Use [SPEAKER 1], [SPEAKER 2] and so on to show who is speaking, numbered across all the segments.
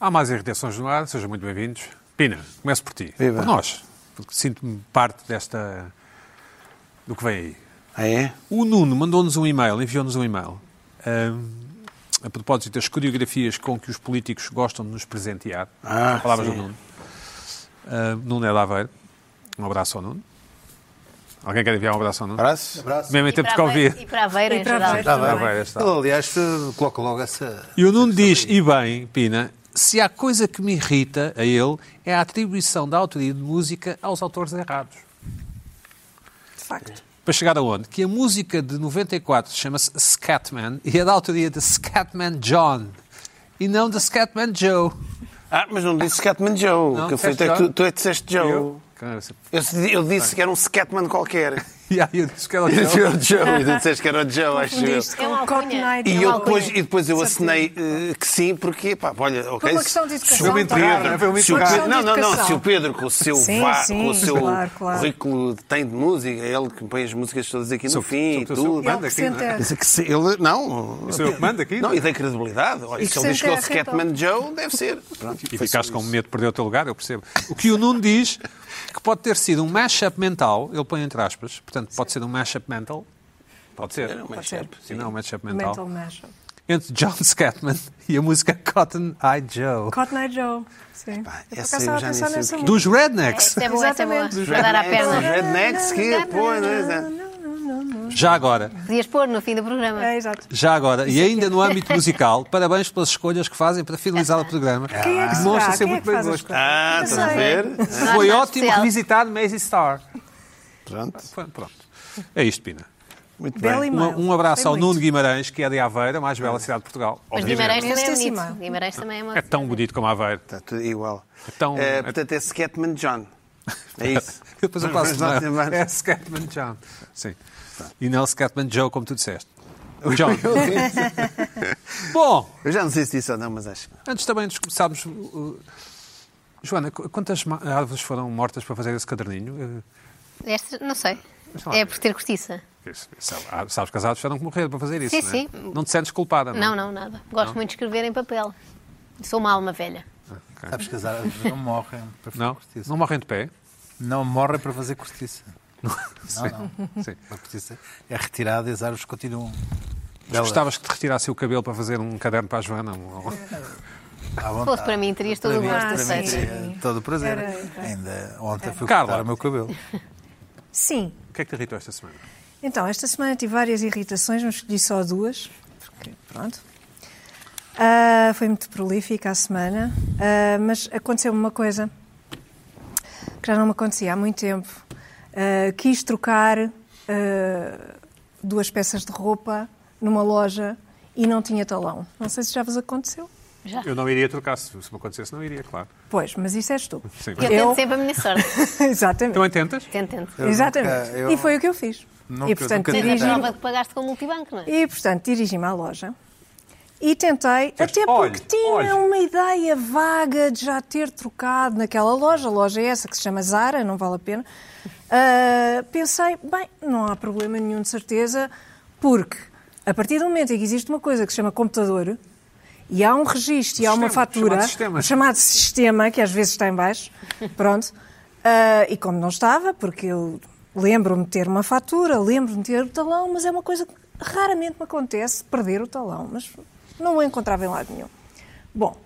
[SPEAKER 1] Há mais irritações no ar, sejam muito bem-vindos. Pina, começo por ti.
[SPEAKER 2] Viva.
[SPEAKER 1] Por nós, porque sinto-me parte desta. do que vem aí.
[SPEAKER 2] Ah, é?
[SPEAKER 1] O Nuno mandou-nos um e-mail, enviou-nos um e-mail, hum, a propósito das coreografias com que os políticos gostam de nos presentear.
[SPEAKER 2] Ah,
[SPEAKER 1] Palavras
[SPEAKER 2] sim.
[SPEAKER 1] do Nuno. Hum, Nuno é da Aveiro. Um abraço ao Nuno. Alguém quer enviar um abraço ao Nuno?
[SPEAKER 2] Abraço? Abraço.
[SPEAKER 1] Mesmo em
[SPEAKER 3] E
[SPEAKER 1] tempo de
[SPEAKER 3] para Aveiro-
[SPEAKER 1] Covid.
[SPEAKER 3] E para Aveiro,
[SPEAKER 4] E
[SPEAKER 3] em
[SPEAKER 4] para
[SPEAKER 3] geral.
[SPEAKER 4] Aveiro.
[SPEAKER 2] Está bem.
[SPEAKER 1] Aveiro está.
[SPEAKER 2] Ele, aliás, eh, coloca logo essa.
[SPEAKER 1] E o Nuno diz, e bem, Pina, se há coisa que me irrita a ele é a atribuição da autoria de música aos autores errados.
[SPEAKER 4] De facto.
[SPEAKER 1] Para chegar aonde? Que a música de 94 chama-se Scatman e é da autoria de Scatman John e não de Scatman Joe.
[SPEAKER 2] Ah, mas não disse Scatman Joe.
[SPEAKER 1] Não,
[SPEAKER 2] que foi
[SPEAKER 1] disseste
[SPEAKER 2] até que
[SPEAKER 1] Joe?
[SPEAKER 2] tu, tu é que disseste Joe. Eu, eu, disse que era um Scatman qualquer.
[SPEAKER 1] E aí eu disse que era o
[SPEAKER 2] Eu disse que
[SPEAKER 1] Joe.
[SPEAKER 2] era o Joe. E tu disseste que era o Joe, acho eu.
[SPEAKER 4] Fundiste
[SPEAKER 3] É uma
[SPEAKER 4] com
[SPEAKER 3] alcunha.
[SPEAKER 4] Cotton Eye,
[SPEAKER 2] E
[SPEAKER 4] é
[SPEAKER 2] eu
[SPEAKER 4] uma
[SPEAKER 2] depois,
[SPEAKER 4] alcunha.
[SPEAKER 2] e depois eu assinei eh, que sim, porque, pá, olha, ok.
[SPEAKER 4] Foi uma
[SPEAKER 2] se-
[SPEAKER 4] questão de educação.
[SPEAKER 2] se o
[SPEAKER 4] Foi uma
[SPEAKER 2] Pedro-
[SPEAKER 1] entrada, foi uma
[SPEAKER 2] se o
[SPEAKER 1] entrada.
[SPEAKER 2] Pedro- Não, é? não, não.
[SPEAKER 4] Educação.
[SPEAKER 2] Se o Pedro, com o seu,
[SPEAKER 4] Sim,
[SPEAKER 2] vá,
[SPEAKER 4] sim,
[SPEAKER 2] com o seu
[SPEAKER 4] claro, claro.
[SPEAKER 2] currículo tem de música, ele que põe as músicas todas aqui no
[SPEAKER 1] Sou-
[SPEAKER 2] fim
[SPEAKER 1] sou-
[SPEAKER 2] e
[SPEAKER 1] sou- sou-
[SPEAKER 2] tudo.
[SPEAKER 4] Ele
[SPEAKER 1] Manda aqui, não é?
[SPEAKER 4] representa-
[SPEAKER 2] Mas é que se ele, não.
[SPEAKER 1] Isso é o que manda aqui,
[SPEAKER 2] Não,
[SPEAKER 1] não é?
[SPEAKER 2] e tem credibilidade. Olha,
[SPEAKER 4] E
[SPEAKER 2] se
[SPEAKER 4] que
[SPEAKER 2] ele diz que é o
[SPEAKER 4] senta a reta.
[SPEAKER 2] Scatman Joe, deve ser. Pronto,
[SPEAKER 1] E
[SPEAKER 2] foi
[SPEAKER 1] ficaste
[SPEAKER 2] só
[SPEAKER 1] com
[SPEAKER 2] isso.
[SPEAKER 1] medo de perder o teu lugar, eu percebo. O que o Nuno diz que pode ter sido um mashup mental, ele põe entre aspas, portanto pode ser um mashup mental, pode ser,
[SPEAKER 2] Era um
[SPEAKER 4] Pode ser.
[SPEAKER 2] mashup,
[SPEAKER 1] se não um mashup
[SPEAKER 4] Mental
[SPEAKER 1] mental,
[SPEAKER 4] mashup.
[SPEAKER 1] entre John Scatman e a música Cotton Eye Joe,
[SPEAKER 4] Cotton Eye Joe. Sim. eu por
[SPEAKER 2] essa
[SPEAKER 4] acaso
[SPEAKER 2] eu
[SPEAKER 4] estava a
[SPEAKER 2] já
[SPEAKER 4] pensar
[SPEAKER 2] nem
[SPEAKER 4] nessa
[SPEAKER 2] sei o que é.
[SPEAKER 1] dos Rednecks.
[SPEAKER 3] Esta é boa, esta é boa.
[SPEAKER 4] Exatamente.
[SPEAKER 3] Para dar à
[SPEAKER 2] Os
[SPEAKER 3] perna.
[SPEAKER 2] rednecks que, pô, não é?
[SPEAKER 1] Já agora,
[SPEAKER 3] Podias pôr no fim do programa.
[SPEAKER 4] É, exato.
[SPEAKER 1] já agora,
[SPEAKER 4] é
[SPEAKER 1] e ainda no âmbito musical, parabéns pelas escolhas que fazem para finalizar o programa. Ah,
[SPEAKER 4] Quem é que será?
[SPEAKER 1] Demonstra ser
[SPEAKER 4] Quem é
[SPEAKER 1] muito
[SPEAKER 4] que
[SPEAKER 1] bem
[SPEAKER 4] faz as
[SPEAKER 1] gosto.
[SPEAKER 4] coisas?
[SPEAKER 2] Ah,
[SPEAKER 4] Não
[SPEAKER 2] estás a
[SPEAKER 4] sei.
[SPEAKER 2] ver? Ah,
[SPEAKER 1] Foi
[SPEAKER 3] Nada
[SPEAKER 1] ótimo
[SPEAKER 3] especial.
[SPEAKER 1] revisitar Maisie Star.
[SPEAKER 2] Pronto,
[SPEAKER 1] Pronto. É isto, Pina.
[SPEAKER 2] muito
[SPEAKER 4] Belo
[SPEAKER 2] bem.
[SPEAKER 4] e-
[SPEAKER 1] Uma- um abraço
[SPEAKER 4] Gostei
[SPEAKER 1] ao
[SPEAKER 4] é, muito.
[SPEAKER 1] Nuno Guimarães, que é de Aveiro, a mais bela cidade de Portugal.
[SPEAKER 3] Mas
[SPEAKER 1] Obviamente.
[SPEAKER 3] Guimarães também é
[SPEAKER 4] Merecidíssima.
[SPEAKER 3] bonito. Guimarães também é uma...
[SPEAKER 1] É tão bonito como Aveiro.
[SPEAKER 2] Está tudo igual.
[SPEAKER 1] Então-
[SPEAKER 2] Eh, portanto, é Scatman John. É isso.
[SPEAKER 1] Depois eu
[SPEAKER 2] Mas
[SPEAKER 1] passo
[SPEAKER 2] nós
[SPEAKER 1] não.
[SPEAKER 2] temos-
[SPEAKER 1] É Scatman John. Sim. E não é Scatman Joe, como tu disseste. John. Bom,
[SPEAKER 2] Eu já não sei se disse ou não, mas acho que não.
[SPEAKER 1] antes também de começarmos... uh, Joana, qu- quantas ma- árvores foram mortas para fazer esse caderninho? Uh,
[SPEAKER 3] Esta, não sei.
[SPEAKER 1] Deixa lá
[SPEAKER 3] É
[SPEAKER 1] ver.
[SPEAKER 3] por ter cortiça.
[SPEAKER 1] isso- isso- há- Sabes que as árvores tiveram que morrer para fazer isso,
[SPEAKER 3] Sim,
[SPEAKER 1] não é?
[SPEAKER 3] sim.
[SPEAKER 1] Não te sentes culpada, não é?
[SPEAKER 3] Não, não, nada. Gosto muito de escrever em papel. Sou uma alma velha.
[SPEAKER 5] Sabes que as árvores não morrem para fazer
[SPEAKER 1] Não?
[SPEAKER 5] cortiça.
[SPEAKER 1] Não morrem de pé?
[SPEAKER 5] Não morrem para fazer cortiça.
[SPEAKER 1] Sim. Sim.
[SPEAKER 5] A cortiça é retirada e as árvores continuam.
[SPEAKER 1] Mas Gostavas que te retirasse o cabelo para fazer um caderno para a Joana? Um-
[SPEAKER 3] Se
[SPEAKER 5] à vontade.
[SPEAKER 3] fosse para mim, terias todo o
[SPEAKER 5] Ah, Para mim- é
[SPEAKER 3] gosto, eu
[SPEAKER 5] para mim
[SPEAKER 3] sei.
[SPEAKER 5] teria todo o prazer.
[SPEAKER 4] Era-
[SPEAKER 5] Ainda ontem fui
[SPEAKER 1] Carla.
[SPEAKER 5] cortar o meu cabelo.
[SPEAKER 4] Sim.
[SPEAKER 1] O que é que te irritou esta semana?
[SPEAKER 4] Então, esta semana tive várias irritações, mas escolhi só duas. Porque, pronto. Ah, foi muito prolífica a semana, Ah, mas aconteceu-me uma coisa que já não me acontecia há muito tempo. Ah, quis trocar ah, duas peças de roupa numa loja e não tinha talão. Não sei se já vos aconteceu.
[SPEAKER 3] Já.
[SPEAKER 1] Eu não iria trocar, se, se me acontecesse, não iria, claro.
[SPEAKER 4] Pois, mas isso és tu.
[SPEAKER 1] Sim.
[SPEAKER 3] Eu, tento sempre a minha sorte.
[SPEAKER 4] Exatamente.
[SPEAKER 1] Também tentas?
[SPEAKER 3] Tento, tento.
[SPEAKER 5] Eu
[SPEAKER 4] Exatamente.
[SPEAKER 5] nunca- eu-
[SPEAKER 4] E foi o que eu fiz.
[SPEAKER 5] Nunca-
[SPEAKER 4] e, portanto,
[SPEAKER 5] nunca
[SPEAKER 3] Tens a
[SPEAKER 5] Dirigir-
[SPEAKER 4] dirigi-me
[SPEAKER 3] prova que pagaste com o multibanco, não é?
[SPEAKER 4] E, portanto, dirigi-me à loja e tentei, até
[SPEAKER 1] "Olhe,
[SPEAKER 4] porque tinha
[SPEAKER 1] olhe."
[SPEAKER 4] uma ideia vaga de já ter trocado naquela loja, a loja é essa que se chama Zara, não vale a pena. Ah, pensei, bem, não há problema nenhum de certeza, porque a partir do momento em que existe uma coisa que se chama computador e há um registro e há uma
[SPEAKER 1] Sistema,
[SPEAKER 4] fatura,
[SPEAKER 1] chamado sistema.
[SPEAKER 4] chamado sistema, que às vezes está em baixo, pronto, Ah, e como não estava, porque eu lembro-me de ter uma fatura, lembro-me de ter o talão, mas é uma coisa que raramente me acontece, perder o talão, mas não o encontrava em lado nenhum. Bom,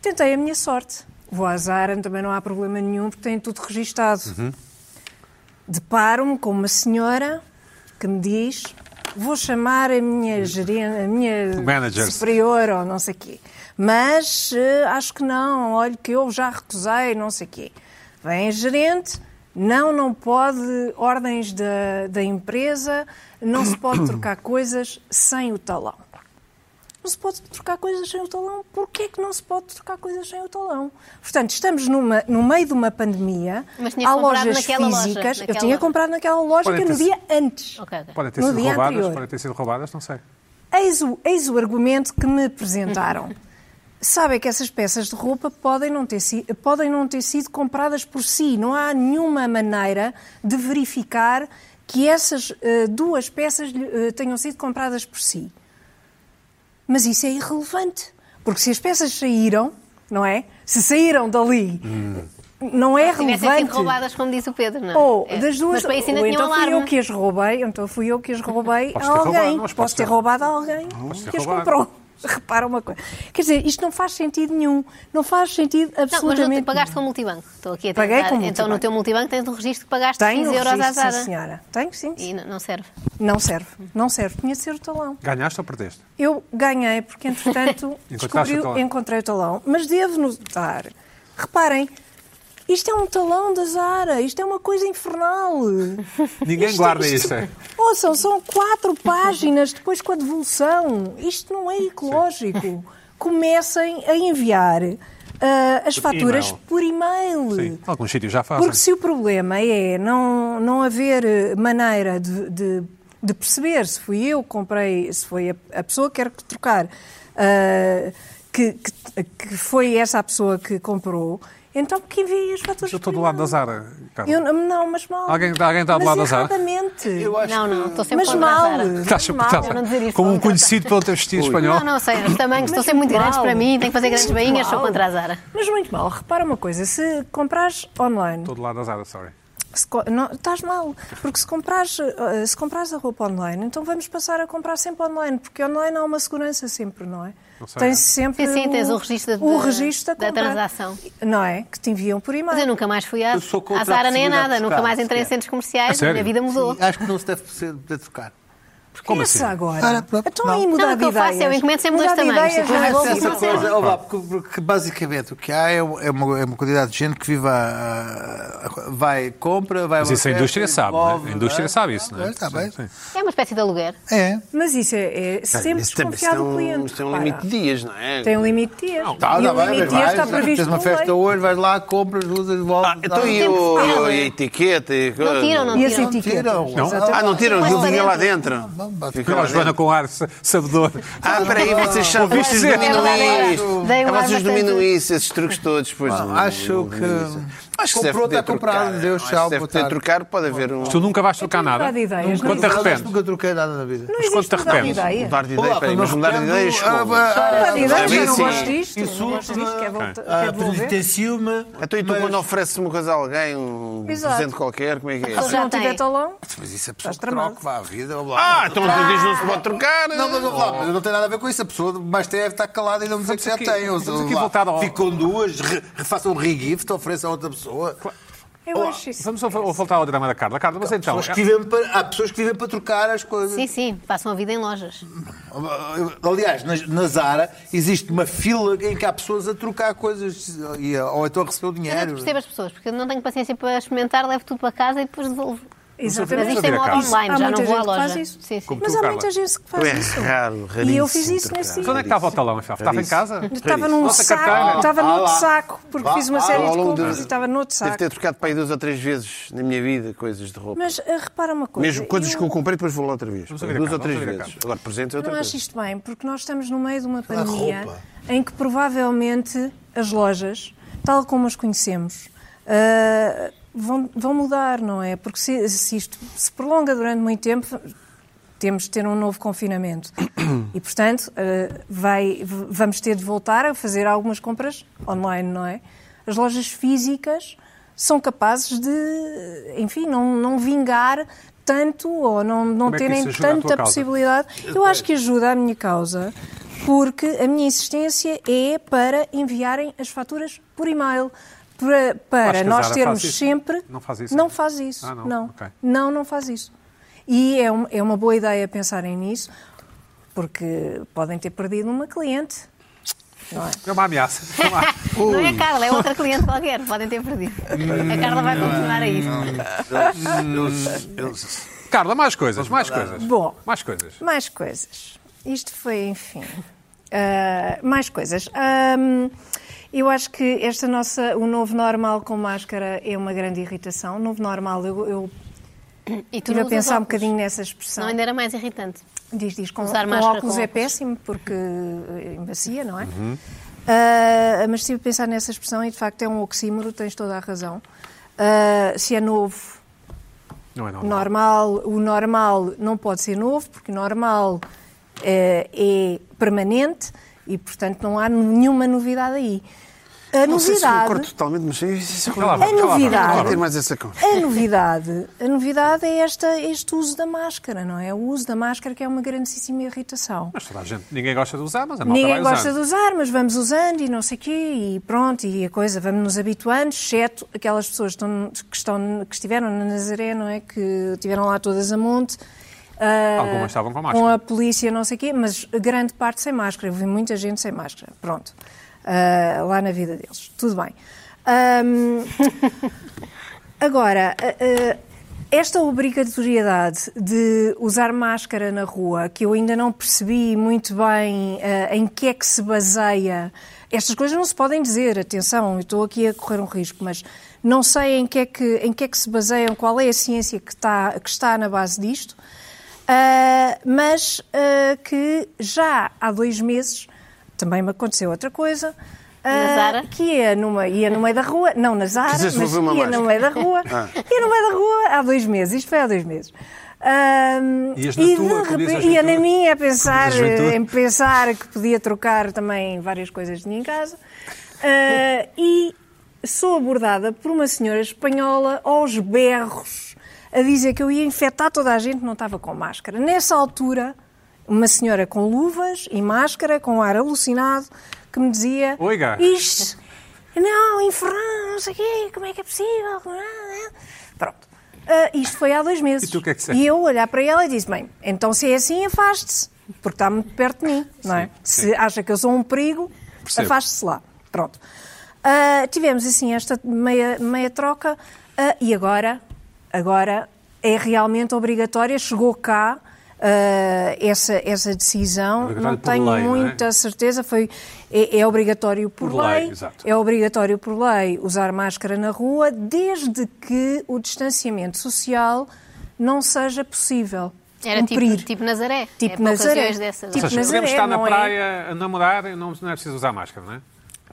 [SPEAKER 4] tentei a minha sorte. Vou à Zara, também não há problema nenhum, porque tem tudo registado.
[SPEAKER 1] Uhum.
[SPEAKER 4] Deparo-me com uma senhora que me diz... Vou chamar a minha gerente, a minha
[SPEAKER 1] Managers.
[SPEAKER 4] superior ou não sei o quê. Mas eh, acho que não, olha que eu já recusei, não sei o quê. Vem a gerente, não, não pode, ordens da, da empresa, não se pode trocar coisas sem o talão. Não se pode trocar coisas sem o talão. Porquê que não se pode trocar coisas sem o talão? Portanto, estamos numa, no meio de uma pandemia,
[SPEAKER 3] Mas tinhas
[SPEAKER 4] há
[SPEAKER 3] comprado
[SPEAKER 4] lojas
[SPEAKER 3] naquela loja,
[SPEAKER 4] físicas. eu
[SPEAKER 3] naquela-
[SPEAKER 4] tinha comprado naquela loja que
[SPEAKER 1] Podem
[SPEAKER 4] no
[SPEAKER 1] ter-
[SPEAKER 4] dia antes.
[SPEAKER 3] Ok, ok.
[SPEAKER 1] Podem ter
[SPEAKER 4] No
[SPEAKER 1] sido
[SPEAKER 4] dia
[SPEAKER 1] roubadas,
[SPEAKER 4] anterior.
[SPEAKER 1] podem ter sido roubadas, não sei.
[SPEAKER 4] Eis o, eis o argumento que me apresentaram. Sabem que essas peças de roupa podem não, ter, si- podem não ter sido compradas por si. Não há nenhuma maneira de verificar que essas eh, duas peças lhe- eh, tenham sido compradas por si. Mas isso é irrelevante, porque se as peças saíram, não é? Se saíram dali, não é
[SPEAKER 3] Tivessem sido
[SPEAKER 4] relevante.
[SPEAKER 3] roubadas, como disse o Pedro, não é?
[SPEAKER 4] Ou
[SPEAKER 3] É.
[SPEAKER 4] das
[SPEAKER 3] Mas
[SPEAKER 4] duas,
[SPEAKER 3] para isso ainda
[SPEAKER 4] ou
[SPEAKER 3] tinha um
[SPEAKER 4] então fui eu
[SPEAKER 3] alarme.
[SPEAKER 4] que as roubei, ou então fui eu que as roubei
[SPEAKER 1] Podes
[SPEAKER 4] a
[SPEAKER 1] ter roubado,
[SPEAKER 4] alguém.
[SPEAKER 1] mas podes
[SPEAKER 4] Posso ter
[SPEAKER 1] ter-
[SPEAKER 4] roubado a alguém
[SPEAKER 1] Podes ter
[SPEAKER 4] que as
[SPEAKER 1] roubado.
[SPEAKER 4] comprou. Repara uma coisa. Quer dizer, isto não faz sentido nenhum. Não faz
[SPEAKER 3] Não,
[SPEAKER 4] sentido
[SPEAKER 3] mas não
[SPEAKER 4] absolutamente
[SPEAKER 3] te pagaste com o multibanco. Estou aqui a tentar.
[SPEAKER 4] Paguei com o
[SPEAKER 3] Então no
[SPEAKER 4] multibanco.
[SPEAKER 3] teu multibanco tens um registro que pagaste
[SPEAKER 4] Tenho
[SPEAKER 3] 15 euros à
[SPEAKER 4] registro, sim,
[SPEAKER 3] Zara.
[SPEAKER 4] senhora. Tenho, sim.
[SPEAKER 3] E n- não serve.
[SPEAKER 4] Não serve. Não serve. Tinha de ser o talão.
[SPEAKER 1] Ganhaste ou perdeste?
[SPEAKER 4] Eu ganhei, porque entretanto
[SPEAKER 1] Encontraste
[SPEAKER 4] descobri,
[SPEAKER 1] o talão.
[SPEAKER 4] encontrei o talão. Mas devo notar, reparem, isto é um talão da Zara, isto é uma coisa infernal.
[SPEAKER 1] Ninguém guarda isto. é?
[SPEAKER 4] Ouçam, são quatro páginas depois com a devolução. Isto não é ecológico. Comecem a enviar ah, as
[SPEAKER 1] Por
[SPEAKER 4] faturas
[SPEAKER 1] e-mail.
[SPEAKER 4] por e-mail.
[SPEAKER 1] Sim. Alguns sítios já fazem.
[SPEAKER 4] Porque se o problema é não, não haver eh, maneira de, de- de perceber se fui eu que comprei, se foi a, a pessoa que quer trocar, ah, que, que- que foi essa a pessoa que comprou, então que envie as faturas.
[SPEAKER 1] Mas eu estou do
[SPEAKER 4] por
[SPEAKER 1] lado da
[SPEAKER 4] e-mail.
[SPEAKER 1] Zara, Carla.
[SPEAKER 4] Eu, não, mas mal.
[SPEAKER 1] Ah, Alguém- tá- alguém está do
[SPEAKER 4] Mas
[SPEAKER 1] lado da Zara?
[SPEAKER 4] erradamente.
[SPEAKER 3] Não, não, estou sempre
[SPEAKER 4] Mas
[SPEAKER 3] contra a
[SPEAKER 4] mal.
[SPEAKER 3] Zara.
[SPEAKER 1] Estás sempre-
[SPEAKER 4] mal.
[SPEAKER 1] estás-
[SPEAKER 3] para não dizer isso,
[SPEAKER 1] Tá como um
[SPEAKER 3] vamos tratar.
[SPEAKER 1] conhecido pelo teu vestido espanhol.
[SPEAKER 3] Não, não sei. Os tamanhos estão sempre muito
[SPEAKER 4] mal.
[SPEAKER 3] grandes para mim, tenho que fazer grandes
[SPEAKER 4] Muito
[SPEAKER 3] bainhas, sou
[SPEAKER 4] mal.
[SPEAKER 3] contra a Zara.
[SPEAKER 4] Mas muito mal. Repara uma coisa, se comprares online,
[SPEAKER 1] Estou do lado da Zara, sorry.
[SPEAKER 4] Se co- não, estás mal, porque se comprares, eh, se comprares a roupa online, então vamos passar a comprar sempre online, porque online há uma segurança sempre, não é?
[SPEAKER 1] Não sei.
[SPEAKER 4] Tens sempre
[SPEAKER 3] Sim, sim,
[SPEAKER 4] o,
[SPEAKER 3] tens o registro de-
[SPEAKER 4] o registro da,
[SPEAKER 3] da
[SPEAKER 4] compra,
[SPEAKER 3] transação.
[SPEAKER 4] Não é? Que te enviam por
[SPEAKER 3] Mas eu
[SPEAKER 4] e-mail.
[SPEAKER 3] nunca mais fui à,
[SPEAKER 2] Eu sou contra
[SPEAKER 3] à Zara
[SPEAKER 2] a
[SPEAKER 3] nem a
[SPEAKER 2] possibilidade
[SPEAKER 3] nada,
[SPEAKER 2] de
[SPEAKER 3] nunca
[SPEAKER 2] trocar,
[SPEAKER 3] mais entrei em
[SPEAKER 2] sequer.
[SPEAKER 3] centros
[SPEAKER 1] A
[SPEAKER 3] comerciais, a
[SPEAKER 1] sério?
[SPEAKER 3] minha vida mudou.
[SPEAKER 5] Sim, acho que não se deve poder poder trocar.
[SPEAKER 1] Como
[SPEAKER 4] Essa
[SPEAKER 1] assim?
[SPEAKER 4] agora.
[SPEAKER 5] Ah, pronto,
[SPEAKER 4] então aí
[SPEAKER 5] não.
[SPEAKER 4] mudar
[SPEAKER 3] Não, o que eu
[SPEAKER 4] de ideias.
[SPEAKER 3] faço é eu encomendo sempre dois
[SPEAKER 4] Mudar de
[SPEAKER 3] tamanhos,
[SPEAKER 4] ideias
[SPEAKER 3] depois
[SPEAKER 4] já
[SPEAKER 3] vou
[SPEAKER 4] é
[SPEAKER 3] Sim,
[SPEAKER 5] Essa
[SPEAKER 3] não sei.
[SPEAKER 5] coisa, ó, vá, porque, porque basicamente o que há é, um- é uma, é uma quantidade de gente que vive a, a- vai, compra, vai
[SPEAKER 1] Mas
[SPEAKER 5] a uma
[SPEAKER 1] isso a
[SPEAKER 5] festa,
[SPEAKER 1] indústria sabe, não é?
[SPEAKER 5] devolve,
[SPEAKER 1] A indústria
[SPEAKER 5] não é?
[SPEAKER 1] sabe isso, não é?
[SPEAKER 5] Ah, Está bem.
[SPEAKER 1] Sim,
[SPEAKER 3] É uma espécie de aluguer.
[SPEAKER 5] É.
[SPEAKER 4] Mas isso é, é sempre
[SPEAKER 2] Isso tem- isso
[SPEAKER 4] desconfiar
[SPEAKER 2] tem
[SPEAKER 4] do
[SPEAKER 2] um-
[SPEAKER 4] cliente.
[SPEAKER 2] Isso tem um
[SPEAKER 4] repara.
[SPEAKER 2] limite de dias, não é?
[SPEAKER 4] Tem um limite de dias.
[SPEAKER 5] Tá,
[SPEAKER 4] e
[SPEAKER 5] tá
[SPEAKER 4] o
[SPEAKER 5] bem,
[SPEAKER 4] limite de
[SPEAKER 5] mas
[SPEAKER 4] dias está
[SPEAKER 5] vais,
[SPEAKER 4] previsto um
[SPEAKER 5] Tens uma
[SPEAKER 4] na lei.
[SPEAKER 5] festa hoje, vais lá, compras, usas, devolves.
[SPEAKER 2] Ah, então
[SPEAKER 5] dá-
[SPEAKER 2] e,
[SPEAKER 3] tempo
[SPEAKER 2] o-
[SPEAKER 3] final,
[SPEAKER 2] e
[SPEAKER 3] é?
[SPEAKER 2] a etiqueta? E... co-
[SPEAKER 3] Não tiram, não
[SPEAKER 4] E as
[SPEAKER 3] tiram.
[SPEAKER 4] etiquetas.
[SPEAKER 5] Tiram. Não. um.
[SPEAKER 4] Exatamente.
[SPEAKER 2] Ah, não tiram,
[SPEAKER 3] Põe
[SPEAKER 2] aquilo
[SPEAKER 3] para
[SPEAKER 2] vinha lá dentro.
[SPEAKER 5] bate-
[SPEAKER 2] Fica
[SPEAKER 1] Pela
[SPEAKER 2] lá
[SPEAKER 1] Joana
[SPEAKER 2] dentro.
[SPEAKER 1] com ar sa- sabedor.
[SPEAKER 2] Ah, peraí,
[SPEAKER 5] é?
[SPEAKER 2] vocês são
[SPEAKER 1] Ouvi
[SPEAKER 2] vocês
[SPEAKER 1] dizer.
[SPEAKER 2] dominam
[SPEAKER 3] Dei um
[SPEAKER 2] isso.
[SPEAKER 3] ar
[SPEAKER 2] Ah, Vocês
[SPEAKER 3] bastante-
[SPEAKER 2] dominam isso, esses truques todos. Pois,
[SPEAKER 5] Ah,
[SPEAKER 2] não,
[SPEAKER 5] acho
[SPEAKER 2] não, não,
[SPEAKER 5] que-
[SPEAKER 2] não. Acho que se deve
[SPEAKER 5] Comprou,
[SPEAKER 2] poder
[SPEAKER 5] está comprado,
[SPEAKER 2] trocar.
[SPEAKER 5] Deus
[SPEAKER 2] Acho que
[SPEAKER 5] salve,
[SPEAKER 2] se deve
[SPEAKER 5] boa
[SPEAKER 2] poder
[SPEAKER 5] tarde.
[SPEAKER 2] trocar, pode haver um.
[SPEAKER 1] Tu nunca vais trocar nada.
[SPEAKER 4] mudar de ideias,
[SPEAKER 1] Nunca-
[SPEAKER 4] não
[SPEAKER 1] Quando te
[SPEAKER 4] é?
[SPEAKER 1] arrependes.
[SPEAKER 5] Nunca troquei nada na vida.
[SPEAKER 4] Não
[SPEAKER 1] Mas quando
[SPEAKER 4] existe
[SPEAKER 1] te
[SPEAKER 4] mudar de
[SPEAKER 1] arrependes?
[SPEAKER 4] ideia.
[SPEAKER 2] Mudar de ideia,
[SPEAKER 5] Olá,
[SPEAKER 2] peraí,
[SPEAKER 5] mas
[SPEAKER 2] mas mudar um de
[SPEAKER 5] rependo,
[SPEAKER 2] ideias.
[SPEAKER 5] ah,
[SPEAKER 2] como?
[SPEAKER 5] ah,
[SPEAKER 4] Mudar de ideias,
[SPEAKER 2] bem,
[SPEAKER 4] já não
[SPEAKER 2] sim.
[SPEAKER 4] gosto disto. Não gosto
[SPEAKER 5] Insulto, Ah,
[SPEAKER 4] disto, quer voltar- quer devolver.
[SPEAKER 5] penitencio-me.
[SPEAKER 2] Então, e tu quando ofereces uma coisa a alguém, um
[SPEAKER 4] Exato.
[SPEAKER 2] presente qualquer, como é que é?
[SPEAKER 3] Exato.
[SPEAKER 4] Se não
[SPEAKER 3] Já tem.
[SPEAKER 4] tiver talão,
[SPEAKER 5] Mas isso é pessoa
[SPEAKER 4] Estás
[SPEAKER 5] que
[SPEAKER 4] tramado.
[SPEAKER 5] troca, vá à vida. vá lá.
[SPEAKER 2] Ah, então tu diz não se pode trocar.
[SPEAKER 5] Não, mas vamos lá, mas não tem nada a ver com isso. A pessoa mais tem é estar calada e não dizer que já
[SPEAKER 1] aqui-
[SPEAKER 5] tem. Ou,
[SPEAKER 1] vamos
[SPEAKER 5] ou
[SPEAKER 1] aqui
[SPEAKER 5] lá,
[SPEAKER 1] voltar ao-
[SPEAKER 5] Ficam duas, re- refaçam um regift, ofereçam a outra pessoa.
[SPEAKER 4] eu acho isso.
[SPEAKER 1] Vamos ao- ao voltar ao drama da Carla. Carla, mas então.
[SPEAKER 5] Pessoas que vivem para- há pessoas que vivem para trocar as coisas.
[SPEAKER 3] Sim, sim, passam a vida em lojas.
[SPEAKER 5] Aliás, na, na Zara existe uma fila em que há pessoas a trocar coisas e, ou então a receber o
[SPEAKER 3] Mas eu
[SPEAKER 5] dinheiro.
[SPEAKER 3] percebo as pessoas, porque eu não tenho paciência para experimentar, levo tudo para casa e depois devolvo.
[SPEAKER 4] Exatamente.
[SPEAKER 3] Mas isto
[SPEAKER 1] Vamos
[SPEAKER 3] é
[SPEAKER 1] ver a
[SPEAKER 3] moda
[SPEAKER 1] casa.
[SPEAKER 3] online,
[SPEAKER 4] Há
[SPEAKER 3] já
[SPEAKER 4] muita
[SPEAKER 3] não vou à
[SPEAKER 4] gente que
[SPEAKER 3] loja.
[SPEAKER 4] faz isso.
[SPEAKER 3] Sim, sim.
[SPEAKER 1] Como
[SPEAKER 4] Mas
[SPEAKER 1] tu,
[SPEAKER 4] há
[SPEAKER 1] Carla.
[SPEAKER 4] muita gente que
[SPEAKER 2] É
[SPEAKER 4] faz isso.
[SPEAKER 2] raro,
[SPEAKER 4] E eu
[SPEAKER 2] raríssimo
[SPEAKER 4] fiz isso
[SPEAKER 2] trocar.
[SPEAKER 4] nesse
[SPEAKER 1] Mas onde é
[SPEAKER 4] dia.
[SPEAKER 1] que estava o talão, afinal? Estava em
[SPEAKER 2] Raríssimo.
[SPEAKER 1] casa?
[SPEAKER 4] Estava num
[SPEAKER 1] Nossa
[SPEAKER 4] saco,
[SPEAKER 1] carteira.
[SPEAKER 4] estava
[SPEAKER 5] Ah,
[SPEAKER 4] noutro
[SPEAKER 5] lá.
[SPEAKER 4] saco, porque
[SPEAKER 5] Vá,
[SPEAKER 4] fiz uma
[SPEAKER 5] ah,
[SPEAKER 4] série
[SPEAKER 2] ao
[SPEAKER 4] de
[SPEAKER 2] longo
[SPEAKER 4] compras
[SPEAKER 2] de-
[SPEAKER 4] e estava noutro
[SPEAKER 2] Deve
[SPEAKER 4] saco.
[SPEAKER 2] ter trocado para aí duas ou três vezes na minha vida coisas de roupa.
[SPEAKER 4] Mas ah, repara uma coisa.
[SPEAKER 2] Mesmo coisas
[SPEAKER 4] eu-
[SPEAKER 2] que eu comprei depois vou lá outra vez.
[SPEAKER 1] ouvir a
[SPEAKER 2] Duas ou
[SPEAKER 1] Carla,
[SPEAKER 2] três
[SPEAKER 1] vamos ouvir a
[SPEAKER 2] vezes. Agora presentes é
[SPEAKER 4] Eu
[SPEAKER 2] outra
[SPEAKER 4] não
[SPEAKER 2] coisa.
[SPEAKER 4] acho isto bem, porque nós estamos no meio de uma
[SPEAKER 5] lá,
[SPEAKER 4] pandemia
[SPEAKER 5] roupa.
[SPEAKER 4] em que provavelmente as lojas, tal como as conhecemos, ah, vão, vão mudar, não é? Porque se, se isto se prolonga durante muito tempo, temos de ter um novo confinamento. E, portanto, ah, vai, v- vamos ter de voltar a fazer algumas compras online, não é? As lojas físicas são capazes de, enfim, não, não vingar tanto ou não, não
[SPEAKER 1] Como é que
[SPEAKER 4] terem
[SPEAKER 1] isso ajuda a tua
[SPEAKER 4] tanta
[SPEAKER 1] causa?
[SPEAKER 4] possibilidade responsabilidade. Eu acho que ajuda a minha causa, porque a minha insistência é para enviarem as faturas por e-mail. Para, para
[SPEAKER 1] Acho que a
[SPEAKER 4] nós
[SPEAKER 1] Zara
[SPEAKER 4] termos
[SPEAKER 1] faz isso.
[SPEAKER 4] sempre.
[SPEAKER 1] Não faz isso.
[SPEAKER 4] Não faz isso.
[SPEAKER 1] Ah, não.
[SPEAKER 4] não.
[SPEAKER 1] Ok.
[SPEAKER 4] Não, não faz isso. E é, um- é uma boa ideia pensarem nisso, porque podem ter perdido uma cliente. Não é?
[SPEAKER 1] É uma ameaça. Vamos lá.
[SPEAKER 3] Não é a Carla, é outra cliente qualquer, podem ter perdido. A Carla vai
[SPEAKER 1] Hum,
[SPEAKER 3] continuar a isso.
[SPEAKER 1] Carla, mais coisas, mais coisas.
[SPEAKER 4] Bom.
[SPEAKER 1] Mais coisas.
[SPEAKER 4] Mais coisas. Isto foi, enfim. Ah, mais coisas. Ahm, eu acho que esta nossa, o novo normal com máscara é uma grande irritação. O novo normal, eu, eu
[SPEAKER 3] E tu
[SPEAKER 4] estive
[SPEAKER 3] não
[SPEAKER 4] a
[SPEAKER 3] usas
[SPEAKER 4] pensar um
[SPEAKER 3] óculos.
[SPEAKER 4] bocadinho nessa expressão.
[SPEAKER 3] Não, ainda era mais irritante.
[SPEAKER 4] Diz, diz, com,
[SPEAKER 3] Usar
[SPEAKER 4] com
[SPEAKER 3] máscara
[SPEAKER 4] óculos
[SPEAKER 3] com
[SPEAKER 4] é
[SPEAKER 3] óculos.
[SPEAKER 4] péssimo porque eh, embacia, não é?
[SPEAKER 2] Uhum.
[SPEAKER 4] Ah, mas estive a pensar nessa expressão e de facto é um oxímoro, tens toda a razão. Ah, se é novo,
[SPEAKER 1] Não é normal.
[SPEAKER 4] normal, o normal não pode ser novo, porque o normal eh, é permanente e, portanto, não há nenhuma novidade aí. A
[SPEAKER 2] Não sei se concordo
[SPEAKER 4] novidade,
[SPEAKER 2] totalmente, mas isso é
[SPEAKER 1] Cala a
[SPEAKER 4] a
[SPEAKER 1] boca, cala a boca,
[SPEAKER 4] É novidade,
[SPEAKER 1] cala a
[SPEAKER 2] Não
[SPEAKER 1] boca.
[SPEAKER 2] tem mais essa conversa.
[SPEAKER 4] a novidade, a novidade é esta, este uso da máscara, não é? O uso da máscara que é uma grandíssima irritação.
[SPEAKER 1] Mas toda a gente, ninguém gosta de usar, mas a malta
[SPEAKER 4] Ninguém
[SPEAKER 1] vai
[SPEAKER 4] gosta
[SPEAKER 1] usando.
[SPEAKER 4] de usar, mas vamos usando e não sei quê, e pronto, e a coisa, vamos nos habituando, exceto aquelas pessoas que, estão, que, estão- que estiveram na Nazaré, não é? Que estiveram lá todas a monte. ah,
[SPEAKER 1] Algumas estavam com máscara.
[SPEAKER 4] a polícia, não sei quê, mas a grande parte sem máscara. Eu vi muita gente sem máscara, pronto. Ah, lá na vida deles, tudo bem. Ahm, Agora, eh, eh, esta obrigatoriedade de usar máscara na rua, que eu ainda não percebi muito bem eh, em que é que se baseia, estas coisas não se podem dizer, atenção, eu estou aqui a correr um risco, mas não sei em que é que, em que, é que se baseiam, qual é a ciência que está, que está na base disto, ah, mas ah, que já há dois meses também me aconteceu outra coisa. ah,
[SPEAKER 3] Na Zara?
[SPEAKER 4] Que ia, numa, ia no meio da rua, não na Zara,
[SPEAKER 2] Quer dizer, se
[SPEAKER 4] mas
[SPEAKER 2] houve uma
[SPEAKER 4] ia
[SPEAKER 2] máscara.
[SPEAKER 4] no meio é da rua. Ia no meio é da rua há dois meses, isto foi há dois meses. Ahm,
[SPEAKER 1] Ias na
[SPEAKER 4] e
[SPEAKER 1] tua, pedias
[SPEAKER 4] de repente,
[SPEAKER 1] às
[SPEAKER 4] ia na
[SPEAKER 1] venturas.
[SPEAKER 4] minha a pensar,
[SPEAKER 1] Pedias às venturas.
[SPEAKER 4] em pensar que podia trocar também várias coisas de mim em casa. Ah, e sou abordada por uma senhora espanhola aos berros a dizer que eu ia infectar toda a gente que não estava com máscara. Nessa altura, uma senhora com luvas e máscara, com ar alucinado, que me dizia
[SPEAKER 1] Oiga.
[SPEAKER 4] isto, não, infernal, não sei o quê, como é que é possível? Pronto. Ah, isto foi há dois meses.
[SPEAKER 1] E tu o que é que disseste?
[SPEAKER 4] E eu olhar para ela e disse: Bem, então se é assim, afaste-se, porque está muito perto de mim, não é?
[SPEAKER 1] sim.
[SPEAKER 4] Se acha que eu sou um perigo,
[SPEAKER 1] Percebo.
[SPEAKER 4] afaste-se lá. Pronto. Ah, tivemos assim esta meia, meia troca ah, e agora, agora é realmente obrigatória, chegou cá. ah, essa, essa decisão,
[SPEAKER 1] Obrigatório
[SPEAKER 4] não
[SPEAKER 1] por
[SPEAKER 4] tenho
[SPEAKER 1] lei, não é?
[SPEAKER 4] muita certeza, foi, é, é obrigatório por,
[SPEAKER 1] Por lei,
[SPEAKER 4] lei
[SPEAKER 1] exato.
[SPEAKER 4] é obrigatório por lei usar máscara na rua desde que o distanciamento social não seja possível Um
[SPEAKER 3] Era
[SPEAKER 4] cumprir.
[SPEAKER 3] tipo, tipo Nazaré.
[SPEAKER 4] Tipo
[SPEAKER 3] é para
[SPEAKER 4] Nazaré.
[SPEAKER 3] ocasiões dessas.
[SPEAKER 1] Ou
[SPEAKER 4] Tipo
[SPEAKER 1] seja,
[SPEAKER 4] Nazaré,
[SPEAKER 1] podemos estar na
[SPEAKER 4] não é?
[SPEAKER 1] praia a namorar, não, não é preciso usar máscara, não é?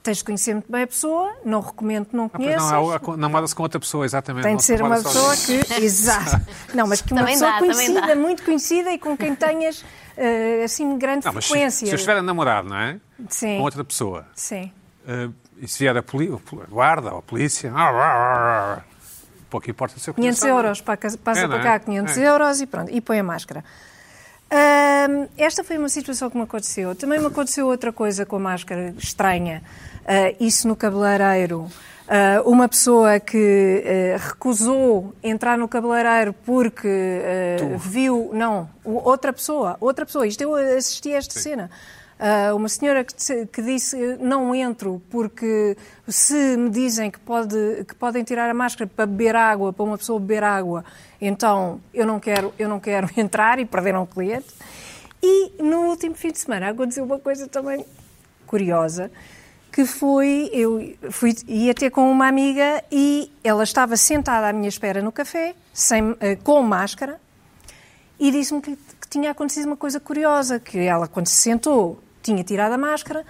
[SPEAKER 4] Tens de conhecer muito bem a pessoa, não recomendo que não
[SPEAKER 1] Ah, pois
[SPEAKER 4] conheças.
[SPEAKER 1] não, há- há- namora-se com outra pessoa, exatamente.
[SPEAKER 4] é assim. Tem
[SPEAKER 1] não
[SPEAKER 4] de
[SPEAKER 1] se
[SPEAKER 4] ser uma
[SPEAKER 1] namora só
[SPEAKER 4] pessoa
[SPEAKER 1] assim.
[SPEAKER 4] que. Exato. Não, mas que uma
[SPEAKER 3] Também
[SPEAKER 4] pessoa
[SPEAKER 3] dá, também
[SPEAKER 4] conhecida,
[SPEAKER 3] dá.
[SPEAKER 4] muito conhecida e com quem tenhas eh, assim grande
[SPEAKER 1] Não, mas se, se
[SPEAKER 4] frequência.
[SPEAKER 1] eu estiver a namorar, não é?
[SPEAKER 4] Sim.
[SPEAKER 1] Com outra pessoa,
[SPEAKER 4] Sim.
[SPEAKER 1] eh, e se vier a, poli- o pol- a guarda ou a polícia, ah, ah, ah, ah, pouco importa se eu
[SPEAKER 4] 500
[SPEAKER 1] conheço ou não.
[SPEAKER 4] euros, para casa- passa
[SPEAKER 1] É, não
[SPEAKER 4] para
[SPEAKER 1] é?
[SPEAKER 4] cá 500
[SPEAKER 1] É.
[SPEAKER 4] euros e pronto, e põe a máscara. Ahm, esta foi uma situação que me aconteceu. Também me aconteceu outra coisa com a máscara estranha. Ah, isso no cabeleireiro. Ah, uma pessoa que ah, recusou entrar no cabeleireiro porque ah, viu. Não, o- outra pessoa. Outra pessoa. Isto eu assisti a esta cena. Ah, uma senhora que, disse- que disse eh, não entro porque se me dizem que, pode, que podem tirar a máscara para beber água, para uma pessoa beber água, então eu não quero, eu não quero entrar e perder um cliente. E no último fim de semana aconteceu uma coisa também curiosa, que foi, eu fui, ia ter com uma amiga e ela estava sentada à minha espera no café, sem, eh, com máscara, e disse-me que, que tinha acontecido uma coisa curiosa, que ela, quando se sentou, tinha tirado a máscara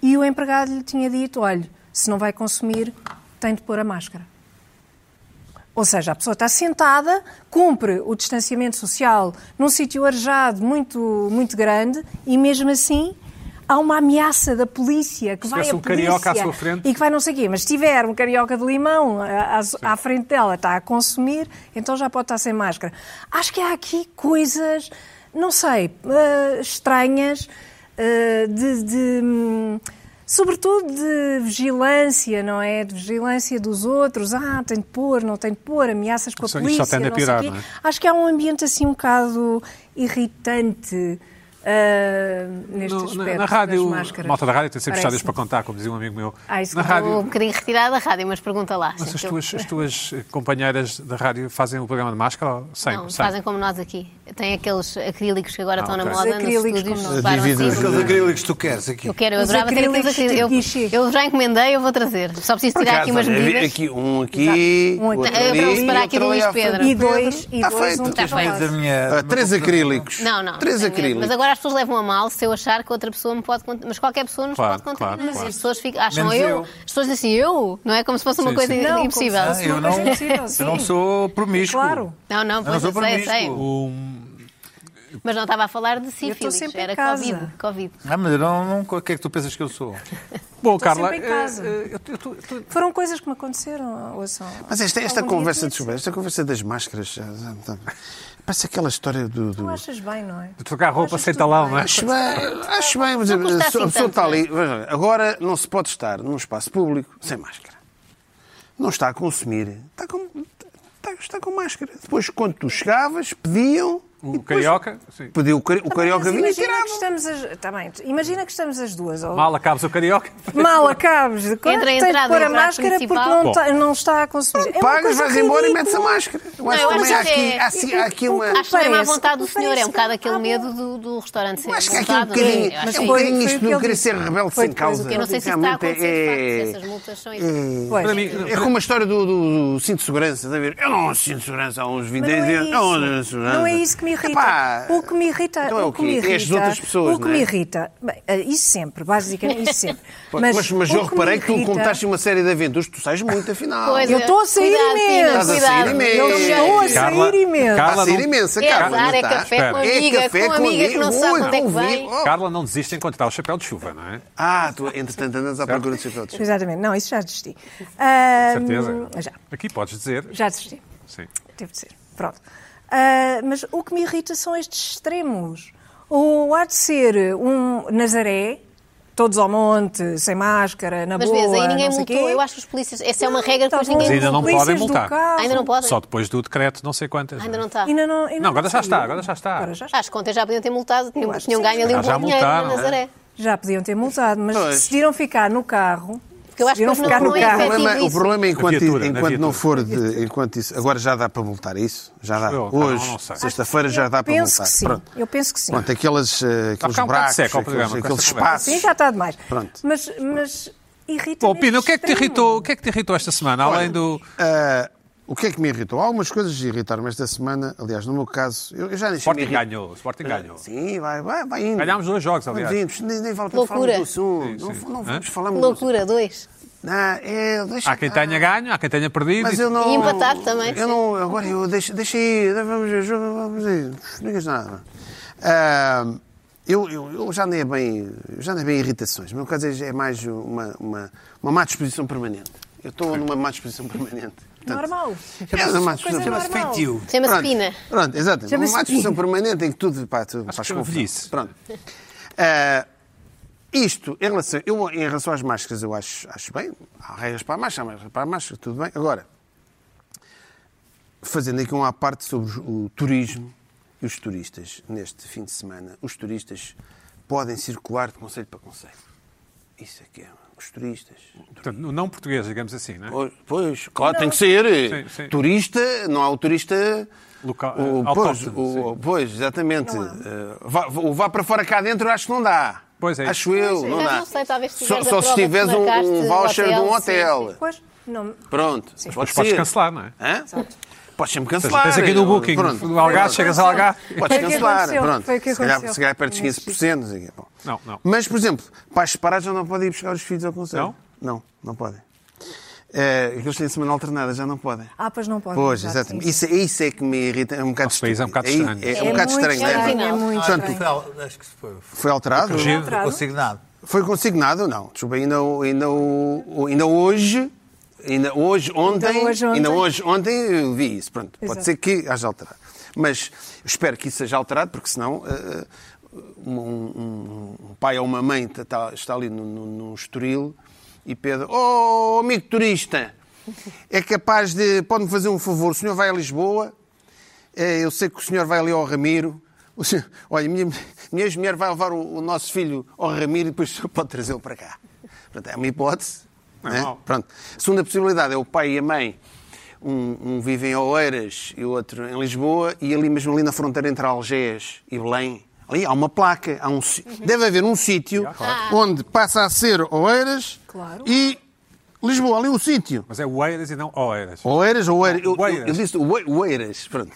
[SPEAKER 4] e o empregado lhe tinha dito, olha, se não vai consumir, tem de pôr a máscara. Ou seja, a pessoa está sentada, cumpre o distanciamento social num sítio arejado muito, muito grande e mesmo assim há uma ameaça da polícia que vai
[SPEAKER 1] tivesse
[SPEAKER 4] a
[SPEAKER 1] um carioca à
[SPEAKER 4] polícia
[SPEAKER 1] sua frente.
[SPEAKER 4] e que vai não sei o quê. Mas se tiver um carioca de limão à, à- à frente dela, está a consumir, então já pode estar sem máscara. Acho que há aqui coisas, não sei, eh, estranhas, eh, de- de, hum, sobretudo de vigilância, não é? De vigilância dos outros. Ah, tem de pôr, não tem de pôr, ameaças com a
[SPEAKER 1] Isso- isso só
[SPEAKER 4] polícia,
[SPEAKER 1] tende a
[SPEAKER 4] não sei
[SPEAKER 1] piorar,
[SPEAKER 4] o quê.
[SPEAKER 1] não é?
[SPEAKER 4] Acho que há um ambiente assim um bocado irritante. eh, neste
[SPEAKER 1] No- na,
[SPEAKER 4] aspecto
[SPEAKER 1] na rádio,
[SPEAKER 4] das máscaras.
[SPEAKER 1] a malta da rádio tem sempre histórias
[SPEAKER 4] Parece-me.
[SPEAKER 1] para contar, como dizia um amigo meu.
[SPEAKER 4] Ah, isso
[SPEAKER 1] na
[SPEAKER 4] contou
[SPEAKER 1] rádio,
[SPEAKER 3] Estou um bocadinho retirada da rádio, mas pergunta lá.
[SPEAKER 1] mas
[SPEAKER 3] sim,
[SPEAKER 1] as
[SPEAKER 3] que eu-
[SPEAKER 1] tuas, as tuas eh, companheiras da rádio fazem o programa de máscara? ou Sem,
[SPEAKER 3] Não,
[SPEAKER 1] sem?
[SPEAKER 3] fazem como nós aqui. Tem aqueles acrílicos que agora
[SPEAKER 1] Ah,
[SPEAKER 3] estão na
[SPEAKER 1] ok.
[SPEAKER 3] moda
[SPEAKER 4] Os
[SPEAKER 3] nos
[SPEAKER 4] acrílicos
[SPEAKER 3] estúdios.
[SPEAKER 4] como nós.
[SPEAKER 3] levaram
[SPEAKER 2] Dividem
[SPEAKER 3] assim.
[SPEAKER 2] os
[SPEAKER 5] Aqueles acrílicos que tu queres aqui.
[SPEAKER 3] Eu quero, eu
[SPEAKER 4] Os
[SPEAKER 3] adorava ter aqueles
[SPEAKER 4] acrílicos
[SPEAKER 3] acrílicos.
[SPEAKER 4] de
[SPEAKER 3] Eu,
[SPEAKER 4] guichê.
[SPEAKER 3] eu já encomendei, eu vou trazer. Só preciso tirar aqui umas
[SPEAKER 2] Por acaso, olha,
[SPEAKER 3] medidas.
[SPEAKER 2] Aqui, um aqui,
[SPEAKER 4] Um aqui.
[SPEAKER 2] outro
[SPEAKER 4] Ah, eu
[SPEAKER 2] ali,
[SPEAKER 4] vou separar
[SPEAKER 3] aqui do
[SPEAKER 2] outro ali
[SPEAKER 3] Luís
[SPEAKER 2] à frente.
[SPEAKER 3] Pedro.
[SPEAKER 4] E dois, e
[SPEAKER 2] Está
[SPEAKER 4] dois,
[SPEAKER 2] feito.
[SPEAKER 4] um
[SPEAKER 2] Está
[SPEAKER 4] tens
[SPEAKER 3] feito.
[SPEAKER 4] razão.
[SPEAKER 5] Da minha-
[SPEAKER 2] Ah, três acrílicos.
[SPEAKER 3] Não, não.
[SPEAKER 2] Três
[SPEAKER 3] tenho medo.
[SPEAKER 2] acrílicos.
[SPEAKER 3] Mas agora as pessoas levam a mal se eu achar que outra pessoa me pode contaminar. Mas qualquer pessoa nos
[SPEAKER 1] Claro,
[SPEAKER 3] pode contaminar.
[SPEAKER 1] claro, claro.
[SPEAKER 3] As pessoas ficam, acham
[SPEAKER 5] Menos
[SPEAKER 3] eu,
[SPEAKER 5] eu.
[SPEAKER 3] As pessoas dizem assim, eu? Não é como se fosse uma
[SPEAKER 1] Sim,
[SPEAKER 3] coisa
[SPEAKER 1] sim.
[SPEAKER 4] Não,
[SPEAKER 3] impossível.
[SPEAKER 4] como se
[SPEAKER 5] Eu não,
[SPEAKER 4] Mas é possível,
[SPEAKER 5] eu não
[SPEAKER 4] sim.
[SPEAKER 5] sou promíscuo.
[SPEAKER 4] Claro.
[SPEAKER 3] Não, não,
[SPEAKER 5] Eu não
[SPEAKER 3] pois
[SPEAKER 5] sou
[SPEAKER 3] eu sei, eu sei.
[SPEAKER 5] promíscuo.
[SPEAKER 1] Um,
[SPEAKER 3] Mas não estava a falar de
[SPEAKER 4] estou
[SPEAKER 3] sífilis,
[SPEAKER 4] sempre em
[SPEAKER 3] era
[SPEAKER 4] casa.
[SPEAKER 3] Covid. Covid.
[SPEAKER 5] Ah, mas eu não, não. O que é que tu pensas que eu sou?
[SPEAKER 1] Bom,
[SPEAKER 4] Estou
[SPEAKER 1] Carla,
[SPEAKER 4] sempre em casa.
[SPEAKER 1] eh, eh, eu tô- eu tô- eu tô-
[SPEAKER 4] Foram coisas que me aconteceram, ouçam.
[SPEAKER 2] Mas esta, esta
[SPEAKER 4] Algum dia
[SPEAKER 2] conversa,
[SPEAKER 4] tinha
[SPEAKER 2] desculpa, esta conversa das máscaras. já- já- já- Parece aquela história do. do-
[SPEAKER 4] Tu achas bem, não é?
[SPEAKER 1] de trocar roupa
[SPEAKER 4] Achas
[SPEAKER 1] sem
[SPEAKER 4] tudo
[SPEAKER 1] talão,
[SPEAKER 4] bem. Ah,
[SPEAKER 1] não é?
[SPEAKER 2] Acho bem, acho bem, mas a,
[SPEAKER 3] custa
[SPEAKER 2] a- a
[SPEAKER 3] assim
[SPEAKER 2] pessoa
[SPEAKER 3] tanto,
[SPEAKER 2] está ali. veja, Agora não se pode estar num espaço público sem máscara. Não está a consumir. Está com, está, está com máscara. Depois, quando tu chegavas, pediam.
[SPEAKER 1] O
[SPEAKER 2] e depois
[SPEAKER 1] carioca, sim.
[SPEAKER 2] Pediu o, cari- o carioca
[SPEAKER 4] Mas
[SPEAKER 2] vinha e
[SPEAKER 3] assim,
[SPEAKER 4] imagina que
[SPEAKER 2] tirava.
[SPEAKER 4] estamos as... tá bem, imagina que estamos as duas. ou-
[SPEAKER 1] Mal acabas o carioca.
[SPEAKER 4] Mal acabes de coisa,
[SPEAKER 3] Entre a
[SPEAKER 4] tens de
[SPEAKER 3] entrada
[SPEAKER 4] pôr
[SPEAKER 3] e
[SPEAKER 4] a
[SPEAKER 3] o prato
[SPEAKER 4] máscara porque
[SPEAKER 3] principal.
[SPEAKER 4] não,
[SPEAKER 1] Bom.
[SPEAKER 4] tá- não está a consumir. É uma
[SPEAKER 2] Pagas,
[SPEAKER 4] coisa
[SPEAKER 2] vais embora e metes a
[SPEAKER 4] ridícula.
[SPEAKER 2] máscara. Eu acho
[SPEAKER 3] eu
[SPEAKER 2] também
[SPEAKER 3] acho
[SPEAKER 2] há
[SPEAKER 3] que
[SPEAKER 2] aqui,
[SPEAKER 3] é-
[SPEAKER 2] há, assim- há aqui uma.
[SPEAKER 3] Acho que não é má
[SPEAKER 4] Parece-
[SPEAKER 3] vontade do
[SPEAKER 4] não
[SPEAKER 3] senhor, é um
[SPEAKER 4] parece
[SPEAKER 3] bocado aquele
[SPEAKER 4] nada.
[SPEAKER 3] medo do, do restaurante ser
[SPEAKER 2] Eu acho que há aqui um
[SPEAKER 3] multado, não é?
[SPEAKER 2] bocadinho,
[SPEAKER 3] Eu
[SPEAKER 2] é
[SPEAKER 3] acho
[SPEAKER 2] um
[SPEAKER 3] que-
[SPEAKER 4] foi-
[SPEAKER 2] bocadinho
[SPEAKER 4] foi
[SPEAKER 2] isto
[SPEAKER 4] o que
[SPEAKER 2] de
[SPEAKER 4] eu
[SPEAKER 2] não querer
[SPEAKER 4] disse.
[SPEAKER 2] ser rebelde
[SPEAKER 4] Foi
[SPEAKER 2] sem
[SPEAKER 4] depois o
[SPEAKER 2] causa.
[SPEAKER 4] que
[SPEAKER 3] Eu não sei se isso está a
[SPEAKER 2] Realmente
[SPEAKER 3] acontecer, de
[SPEAKER 2] é-
[SPEAKER 3] facto, se essas multas são
[SPEAKER 4] Pois.
[SPEAKER 1] Para mim,
[SPEAKER 2] É como a história do, do- do cinto de segurança, está a ver? Eu não sinto segurança há uns 20
[SPEAKER 4] Mas não é,
[SPEAKER 2] dias.
[SPEAKER 4] isso.
[SPEAKER 2] Eu não sinto segurança.
[SPEAKER 4] Não é isso que me irrita.
[SPEAKER 2] Epá,
[SPEAKER 4] o que me irrita,
[SPEAKER 2] então é o
[SPEAKER 4] o que me
[SPEAKER 2] quê?
[SPEAKER 4] irrita,
[SPEAKER 2] É as outras pessoas,
[SPEAKER 4] o que
[SPEAKER 2] não é?
[SPEAKER 4] me irrita, bem, eh, isso sempre, basicamente isso sempre.
[SPEAKER 2] Mas, mas,
[SPEAKER 4] o
[SPEAKER 2] eu
[SPEAKER 4] me
[SPEAKER 2] reparei que tu
[SPEAKER 4] irrita-
[SPEAKER 2] contaste uma série de aventuras, tu sais muito, afinal.
[SPEAKER 3] Pois
[SPEAKER 4] Eu
[SPEAKER 3] é.
[SPEAKER 4] estou a sair
[SPEAKER 3] Cuidado, Pina,
[SPEAKER 4] imenso.
[SPEAKER 2] Estás a sair
[SPEAKER 3] cuidado.
[SPEAKER 2] imenso.
[SPEAKER 4] Eu estou a
[SPEAKER 1] Carla-
[SPEAKER 4] sair imenso.
[SPEAKER 1] Carla-
[SPEAKER 2] Está a ser
[SPEAKER 1] não-
[SPEAKER 2] imensa,
[SPEAKER 3] É
[SPEAKER 2] Carla.
[SPEAKER 3] azar,
[SPEAKER 2] não
[SPEAKER 3] é
[SPEAKER 2] está?
[SPEAKER 3] café com amiga, com amiga que não
[SPEAKER 2] amigo.
[SPEAKER 3] sabe onde é que
[SPEAKER 2] Ui,
[SPEAKER 3] vem.
[SPEAKER 2] convido. Oh.
[SPEAKER 1] Carla não desiste de encontrar o chapéu de chuva, não é?
[SPEAKER 2] Ah, tu entretanto andas à procura dos chapéus.
[SPEAKER 4] Exatamente, não, isso já desisti. Ah,
[SPEAKER 1] Certeza.
[SPEAKER 4] Já,
[SPEAKER 1] Aqui podes dizer.
[SPEAKER 4] já desisti.
[SPEAKER 1] Sim.
[SPEAKER 4] Teve de ser. Pronto. Ah, mas o que me irrita são estes extremos. Ou há de ser um Nazaré, todos ao monte, sem máscara, na
[SPEAKER 3] Mas
[SPEAKER 4] boa.
[SPEAKER 3] vês, aí ninguém
[SPEAKER 4] não sei
[SPEAKER 3] multou.
[SPEAKER 4] quê.
[SPEAKER 3] Eu acho que os polícias. Essa é uma
[SPEAKER 4] Não,
[SPEAKER 3] regra que
[SPEAKER 4] tá
[SPEAKER 3] depois
[SPEAKER 4] bom.
[SPEAKER 1] Mas
[SPEAKER 3] ninguém
[SPEAKER 1] ainda não
[SPEAKER 3] multa.
[SPEAKER 1] podem
[SPEAKER 4] Polícias do
[SPEAKER 1] multar.
[SPEAKER 4] carro.
[SPEAKER 3] Ainda não podem?
[SPEAKER 1] Só depois do decreto, não sei quantas.
[SPEAKER 3] Ainda
[SPEAKER 1] é?
[SPEAKER 3] não está.
[SPEAKER 4] Ainda não, ainda
[SPEAKER 1] Não, agora já
[SPEAKER 4] saiu.
[SPEAKER 1] está, agora já está.
[SPEAKER 4] Agora já está.
[SPEAKER 3] Acho que ontem já podiam ter multado, tinham,
[SPEAKER 4] acho que
[SPEAKER 3] tinham
[SPEAKER 4] sim.
[SPEAKER 3] ganho ali um
[SPEAKER 1] Já
[SPEAKER 3] bom dinheiro na
[SPEAKER 1] multaram.
[SPEAKER 3] Nazaré.
[SPEAKER 4] Já podiam ter multado, mas
[SPEAKER 2] Pois.
[SPEAKER 4] decidiram ficar no carro.
[SPEAKER 3] Porque eu acho que
[SPEAKER 4] decidiram
[SPEAKER 3] depois
[SPEAKER 4] ficar
[SPEAKER 3] não-
[SPEAKER 4] Ah, no
[SPEAKER 3] não é
[SPEAKER 2] O
[SPEAKER 3] efetivo.
[SPEAKER 4] carro.
[SPEAKER 2] problema, o
[SPEAKER 3] isso.
[SPEAKER 2] problema é enquanto,
[SPEAKER 1] Na viatura, na
[SPEAKER 2] enquanto não
[SPEAKER 1] viatura.
[SPEAKER 2] for de. Enquanto isso, agora já dá para multar é isso? Já dá.
[SPEAKER 1] Eu, não,
[SPEAKER 2] Hoje,
[SPEAKER 1] não sei.
[SPEAKER 2] sexta-feira, já
[SPEAKER 4] Eu
[SPEAKER 2] dá para
[SPEAKER 4] penso
[SPEAKER 2] multar.
[SPEAKER 4] que sim.
[SPEAKER 2] Pronto.
[SPEAKER 4] Eu penso que sim.
[SPEAKER 2] Pronto, aqueles,
[SPEAKER 1] Está
[SPEAKER 2] eh,
[SPEAKER 1] a
[SPEAKER 2] aqueles
[SPEAKER 1] ficar um bocado
[SPEAKER 2] buracos,
[SPEAKER 1] seco ao
[SPEAKER 2] aqueles,
[SPEAKER 1] programa com
[SPEAKER 2] aqueles
[SPEAKER 1] esta conversa.
[SPEAKER 2] espaços.
[SPEAKER 4] Sim, já está demais.
[SPEAKER 2] Pronto.
[SPEAKER 4] Mas, mas irrita
[SPEAKER 1] Bom, Pina, o que é que te irritou? O que é que te irritou esta semana? Além do.
[SPEAKER 2] Ah, o que é que me irritou? Há algumas coisas que irritaram-me esta semana. Aliás, no meu caso, eu, eu já deixei me
[SPEAKER 1] Sporting
[SPEAKER 2] irritar.
[SPEAKER 1] ganhou. Sporting ganhou.
[SPEAKER 2] Ah, Sim, vai, vai, vai indo.
[SPEAKER 1] Ganhámos dois jogos, aliás.
[SPEAKER 2] Vamos indo, nem, nem vale a pena
[SPEAKER 3] Loucura.
[SPEAKER 2] falarmos do assunto.
[SPEAKER 1] Sim, sim.
[SPEAKER 2] Não, não
[SPEAKER 1] Hã?
[SPEAKER 2] vamos falar muito do assunto.
[SPEAKER 3] Loucura, dois.
[SPEAKER 2] Não, é, deixa,
[SPEAKER 1] Há quem
[SPEAKER 4] Ah.
[SPEAKER 1] tenha ganho, há quem tenha perdido.
[SPEAKER 2] Mas eu não,
[SPEAKER 3] E empatar também,
[SPEAKER 2] Eu
[SPEAKER 3] sim.
[SPEAKER 2] não, agora eu deixo, deixa aí, vamos ver, jogo, vamos aí. Não digas nada. Ah, eu, eu, eu já nem é bem, eu já nem é bem irritações. O meu caso é é mais uma, uma, uma má disposição permanente. Eu estou numa má disposição permanente. Portanto,
[SPEAKER 4] Normal.
[SPEAKER 2] É uma má
[SPEAKER 4] Coisa
[SPEAKER 2] disposição
[SPEAKER 4] normal.
[SPEAKER 5] Feitio.
[SPEAKER 3] Chama-se
[SPEAKER 2] Pronto,
[SPEAKER 3] Pina.
[SPEAKER 2] Pronto, exato.
[SPEAKER 4] Chama-se
[SPEAKER 2] Uma discussão
[SPEAKER 4] Pina.
[SPEAKER 2] permanente em que tudo, pá, tudo
[SPEAKER 1] Acho
[SPEAKER 2] faz
[SPEAKER 1] que é uma
[SPEAKER 2] confusão.
[SPEAKER 1] velhice.
[SPEAKER 2] Pronto. Ah, isto, em relação, eu, em relação às máscaras, eu acho, acho bem. Há regras para a máscara, há regras para a máscara, tudo bem. Agora, fazendo aqui uma parte sobre os- o turismo e os turistas. Neste fim de semana, os turistas podem circular de conselho para conselho. Isso é que é. Os turistas.
[SPEAKER 1] Portanto, o não português, digamos assim, não é?
[SPEAKER 2] Pois, pois, claro, tem que ser. eh,
[SPEAKER 1] Sim, sim.
[SPEAKER 2] Turista, não há o turista.
[SPEAKER 1] Local-
[SPEAKER 2] o,
[SPEAKER 1] eh,
[SPEAKER 2] pois,
[SPEAKER 1] autóctone,
[SPEAKER 2] o- pois, exatamente. Eh, vá- o vá para fora cá dentro, eu acho que não dá.
[SPEAKER 1] Pois é.
[SPEAKER 2] Acho eu,
[SPEAKER 3] é.
[SPEAKER 2] não
[SPEAKER 3] Mas
[SPEAKER 2] dá.
[SPEAKER 3] não sei, talvez se
[SPEAKER 2] só só se
[SPEAKER 3] tiveres a prova que
[SPEAKER 2] tiveres um,
[SPEAKER 3] marcaste
[SPEAKER 2] um
[SPEAKER 3] o
[SPEAKER 2] voucher de um
[SPEAKER 3] hotel,
[SPEAKER 2] hotel.
[SPEAKER 4] Pois, não,
[SPEAKER 2] Pronto.
[SPEAKER 1] Mas podes
[SPEAKER 2] ser.
[SPEAKER 1] cancelar, não é?
[SPEAKER 2] Hã? Podes sempre
[SPEAKER 1] Ou seja,
[SPEAKER 2] cancelar. eh,
[SPEAKER 1] tens aqui no Booking, no Algarve, chegas a Algarve.
[SPEAKER 2] Podes
[SPEAKER 4] Foi o É que
[SPEAKER 2] cancelar, é?
[SPEAKER 4] aconteceu,
[SPEAKER 2] pronto.
[SPEAKER 4] foi o que
[SPEAKER 2] se, calhar,
[SPEAKER 4] aconteceu.
[SPEAKER 2] se calhar perdes 15%. não sei o quê. Bom.
[SPEAKER 1] Não, não.
[SPEAKER 2] Mas, por exemplo, pais separados já não podem ir buscar os filhos ao conselho.
[SPEAKER 1] Não?
[SPEAKER 2] Não, não podem. Eh, Aqueles que têm semana alternada já não podem.
[SPEAKER 4] Ah, pois não pode.
[SPEAKER 2] Pois,
[SPEAKER 4] exato,
[SPEAKER 2] exatamente.
[SPEAKER 4] sim,
[SPEAKER 2] Isso, isso é que me irrita. É um bocado
[SPEAKER 1] Nosso país é um bocado
[SPEAKER 2] Aí-
[SPEAKER 1] estranho.
[SPEAKER 2] É,
[SPEAKER 4] É
[SPEAKER 2] um bocado
[SPEAKER 4] muito
[SPEAKER 2] estranho, não é?
[SPEAKER 4] estranho, é muito
[SPEAKER 2] Portanto,
[SPEAKER 4] estranho.
[SPEAKER 5] Não, Ah, acho que se foi.
[SPEAKER 2] foi alterado?
[SPEAKER 1] Corrigido.
[SPEAKER 5] Foi consignado.
[SPEAKER 2] Foi consignado ou não? Desculpa, ainda, o- ainda, o- o- ainda hoje. Ainda hoje, ontem,
[SPEAKER 4] Ainda hoje, ontem.
[SPEAKER 2] ainda hoje, ontem eu vi isso. Pronto, pode
[SPEAKER 4] Exato.
[SPEAKER 2] ser que haja alterado. Mas espero que isso seja alterado, porque senão eh, um, um- um pai ou uma mãe está- está, está ali no, no, no estoril e pede: Oh, amigo turista, é capaz de. Pode-me fazer um favor? O senhor vai a Lisboa? É, eu sei que o senhor vai ali ao Ramiro. O senhor- olha, minha, minha ex-mulher vai levar o, o nosso filho ao Ramiro e depois o senhor pode trazê-lo para cá. Portanto, é uma hipótese.
[SPEAKER 1] Não é
[SPEAKER 2] né?
[SPEAKER 1] mau.
[SPEAKER 2] Pronto. A segunda possibilidade é o pai e a mãe. Um, um vive em Oeiras e o outro em Lisboa e ali mesmo ali na fronteira entre Algés e Belém. Ali há uma placa, há um, si- deve haver um sítio onde passa a ser Oeiras
[SPEAKER 4] Claro.
[SPEAKER 2] e Lisboa, ali o sítio.
[SPEAKER 1] Mas é Oeiras e não Oeiras.
[SPEAKER 2] Oeiras ou Oeiras? Eu, eu-
[SPEAKER 1] Oeiras.
[SPEAKER 2] eu disse Oe- Oeiras, pronto.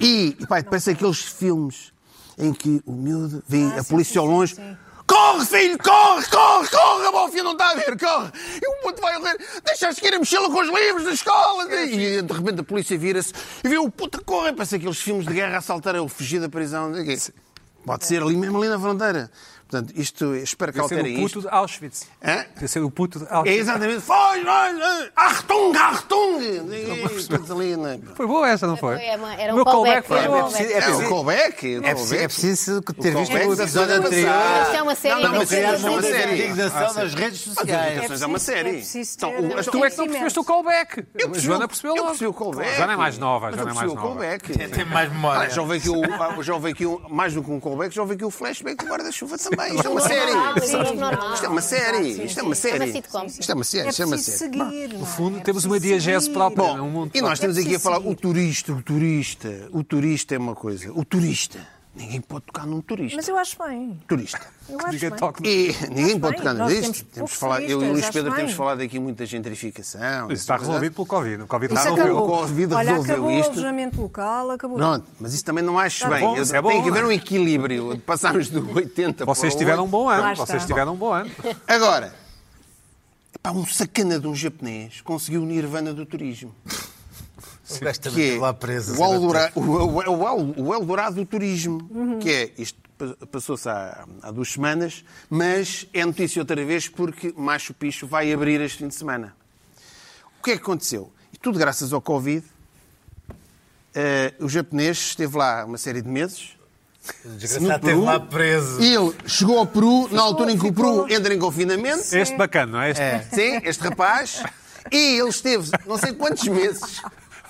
[SPEAKER 2] E, pai, parece aqueles filmes em que o miúdo vê a polícia ao longe. Cá Corre, filho, corre, corre, corre! A Bófia não está a ver, corre! E o puto vai correr, deixa a esquerda mexê-la com os livros da escola! E de repente a polícia vira-se e vê o puto a correr, parece aqueles filmes de guerra a saltar ele fugir da prisão. Pode ser ali mesmo, ali na fronteira. Portanto, isto, espero que
[SPEAKER 1] Devia ser
[SPEAKER 2] alterem
[SPEAKER 1] o puto
[SPEAKER 2] isto.
[SPEAKER 1] de Auschwitz.
[SPEAKER 2] Hã?
[SPEAKER 1] Devia ser o puto de
[SPEAKER 2] É
[SPEAKER 1] Auschwitz.
[SPEAKER 2] exatamente, foge, foge, Achtung, Achtung! E todos ali na...
[SPEAKER 1] Foi boa essa, não foi?
[SPEAKER 3] Foi, é uma- era
[SPEAKER 1] O
[SPEAKER 3] um
[SPEAKER 1] meu callback
[SPEAKER 3] callback,
[SPEAKER 1] foi
[SPEAKER 3] era um
[SPEAKER 1] bom.
[SPEAKER 3] callback.
[SPEAKER 2] É o callback, o
[SPEAKER 5] É preciso,
[SPEAKER 2] callback.
[SPEAKER 5] é preciso ter
[SPEAKER 2] O
[SPEAKER 5] visto o
[SPEAKER 2] Convex
[SPEAKER 5] episódio
[SPEAKER 2] da
[SPEAKER 5] anterior.
[SPEAKER 2] Zona
[SPEAKER 3] Isto é uma série
[SPEAKER 2] Não,
[SPEAKER 5] Não,
[SPEAKER 2] não,
[SPEAKER 5] mas
[SPEAKER 2] isso é uma série.
[SPEAKER 5] indignação nas redes sociais.
[SPEAKER 2] Mas é uma série.
[SPEAKER 4] É preciso
[SPEAKER 2] Então,
[SPEAKER 4] ter
[SPEAKER 2] o- mas
[SPEAKER 4] um
[SPEAKER 1] Tu é que não
[SPEAKER 4] conhecimento.
[SPEAKER 1] percebeste o callback. Eu
[SPEAKER 2] percebi
[SPEAKER 1] a Joana
[SPEAKER 2] o-
[SPEAKER 1] percebeu
[SPEAKER 2] eu
[SPEAKER 1] logo.
[SPEAKER 2] percebi o callback.
[SPEAKER 1] A Joana é mais nova. A
[SPEAKER 2] Mas
[SPEAKER 1] Joana é
[SPEAKER 2] eu
[SPEAKER 1] mais
[SPEAKER 2] percebi o
[SPEAKER 1] nova.
[SPEAKER 2] callback.
[SPEAKER 5] Tem mais
[SPEAKER 2] Ah,
[SPEAKER 5] memória.
[SPEAKER 2] já houve aqui, o, ah, já houve aqui o, mais do que um callback, já houve aqui o flashback do guarda-chuva também. Isto é uma série.
[SPEAKER 3] Normal, sim, normal.
[SPEAKER 2] Isto é uma série. Isto é uma série.
[SPEAKER 3] É uma sitcom.
[SPEAKER 2] Isto é uma série.
[SPEAKER 4] É
[SPEAKER 2] Isto é uma
[SPEAKER 4] preciso
[SPEAKER 2] série.
[SPEAKER 4] seguir. É
[SPEAKER 1] No fundo, temos uma diagese própria.
[SPEAKER 2] Bom,
[SPEAKER 1] é um mundo
[SPEAKER 2] e nós temos aqui a
[SPEAKER 4] preciso
[SPEAKER 2] falar
[SPEAKER 4] seguir.
[SPEAKER 2] o turista, o turista. O turista é uma coisa. O turista. Ninguém pode tocar num turista.
[SPEAKER 4] Mas eu acho bem.
[SPEAKER 2] Turista.
[SPEAKER 1] próprio.
[SPEAKER 4] Eu acho
[SPEAKER 1] Ninguém
[SPEAKER 4] bem.
[SPEAKER 1] toca no-
[SPEAKER 2] E ninguém
[SPEAKER 4] Mas
[SPEAKER 2] pode
[SPEAKER 4] bem,
[SPEAKER 2] tocar
[SPEAKER 4] nós
[SPEAKER 2] nisto.
[SPEAKER 4] temos
[SPEAKER 2] Temos
[SPEAKER 4] poucos
[SPEAKER 2] falado, eu e o
[SPEAKER 4] turistas,
[SPEAKER 2] Luís
[SPEAKER 4] acho
[SPEAKER 2] Pedro temos
[SPEAKER 4] bem.
[SPEAKER 2] falado aqui muito da gentrificação.
[SPEAKER 1] Isso está resolvido pelo Covid. O Covid
[SPEAKER 4] Isso
[SPEAKER 1] resolveu.
[SPEAKER 2] o
[SPEAKER 4] acabou.
[SPEAKER 2] Covid
[SPEAKER 4] Olha,
[SPEAKER 2] resolveu
[SPEAKER 4] acabou o
[SPEAKER 2] isto.
[SPEAKER 4] alojamento local, acabou.
[SPEAKER 2] Pronto, mas isso também não
[SPEAKER 4] Tá
[SPEAKER 2] acho bem.
[SPEAKER 1] bom,
[SPEAKER 2] Eu-
[SPEAKER 1] isso é bom,
[SPEAKER 2] tem que haver
[SPEAKER 1] não
[SPEAKER 2] um
[SPEAKER 1] é?
[SPEAKER 2] equilíbrio. Passámos do 80
[SPEAKER 1] Vocês
[SPEAKER 2] para o
[SPEAKER 1] tiveram um
[SPEAKER 2] 8.
[SPEAKER 1] bom
[SPEAKER 4] Lá
[SPEAKER 1] ano.
[SPEAKER 4] está.
[SPEAKER 1] Vocês tiveram um bom ano.
[SPEAKER 2] Agora, epá, um sacana de um japonês conseguiu o nirvana do turismo.
[SPEAKER 5] O gajo também
[SPEAKER 2] Que é
[SPEAKER 5] esteve lá preso.
[SPEAKER 2] o, Aldora, o, o- o Al- o Eldorado do turismo. Que é, isto pa- passou-se há, há duas semanas, mas é notícia outra vez porque Machu Picchu vai abrir este fim de semana. O que é que aconteceu? E tudo graças ao Covid. eh, o japonês esteve lá uma série de meses.
[SPEAKER 5] O
[SPEAKER 2] no
[SPEAKER 5] desgraçado esteve lá preso.
[SPEAKER 2] Ele chegou ao Peru na altura em que o
[SPEAKER 4] ficou-
[SPEAKER 2] Peru entra em confinamento.
[SPEAKER 1] Este bacana, não é? Este
[SPEAKER 2] Sim, este rapaz. E ele esteve não sei quantos meses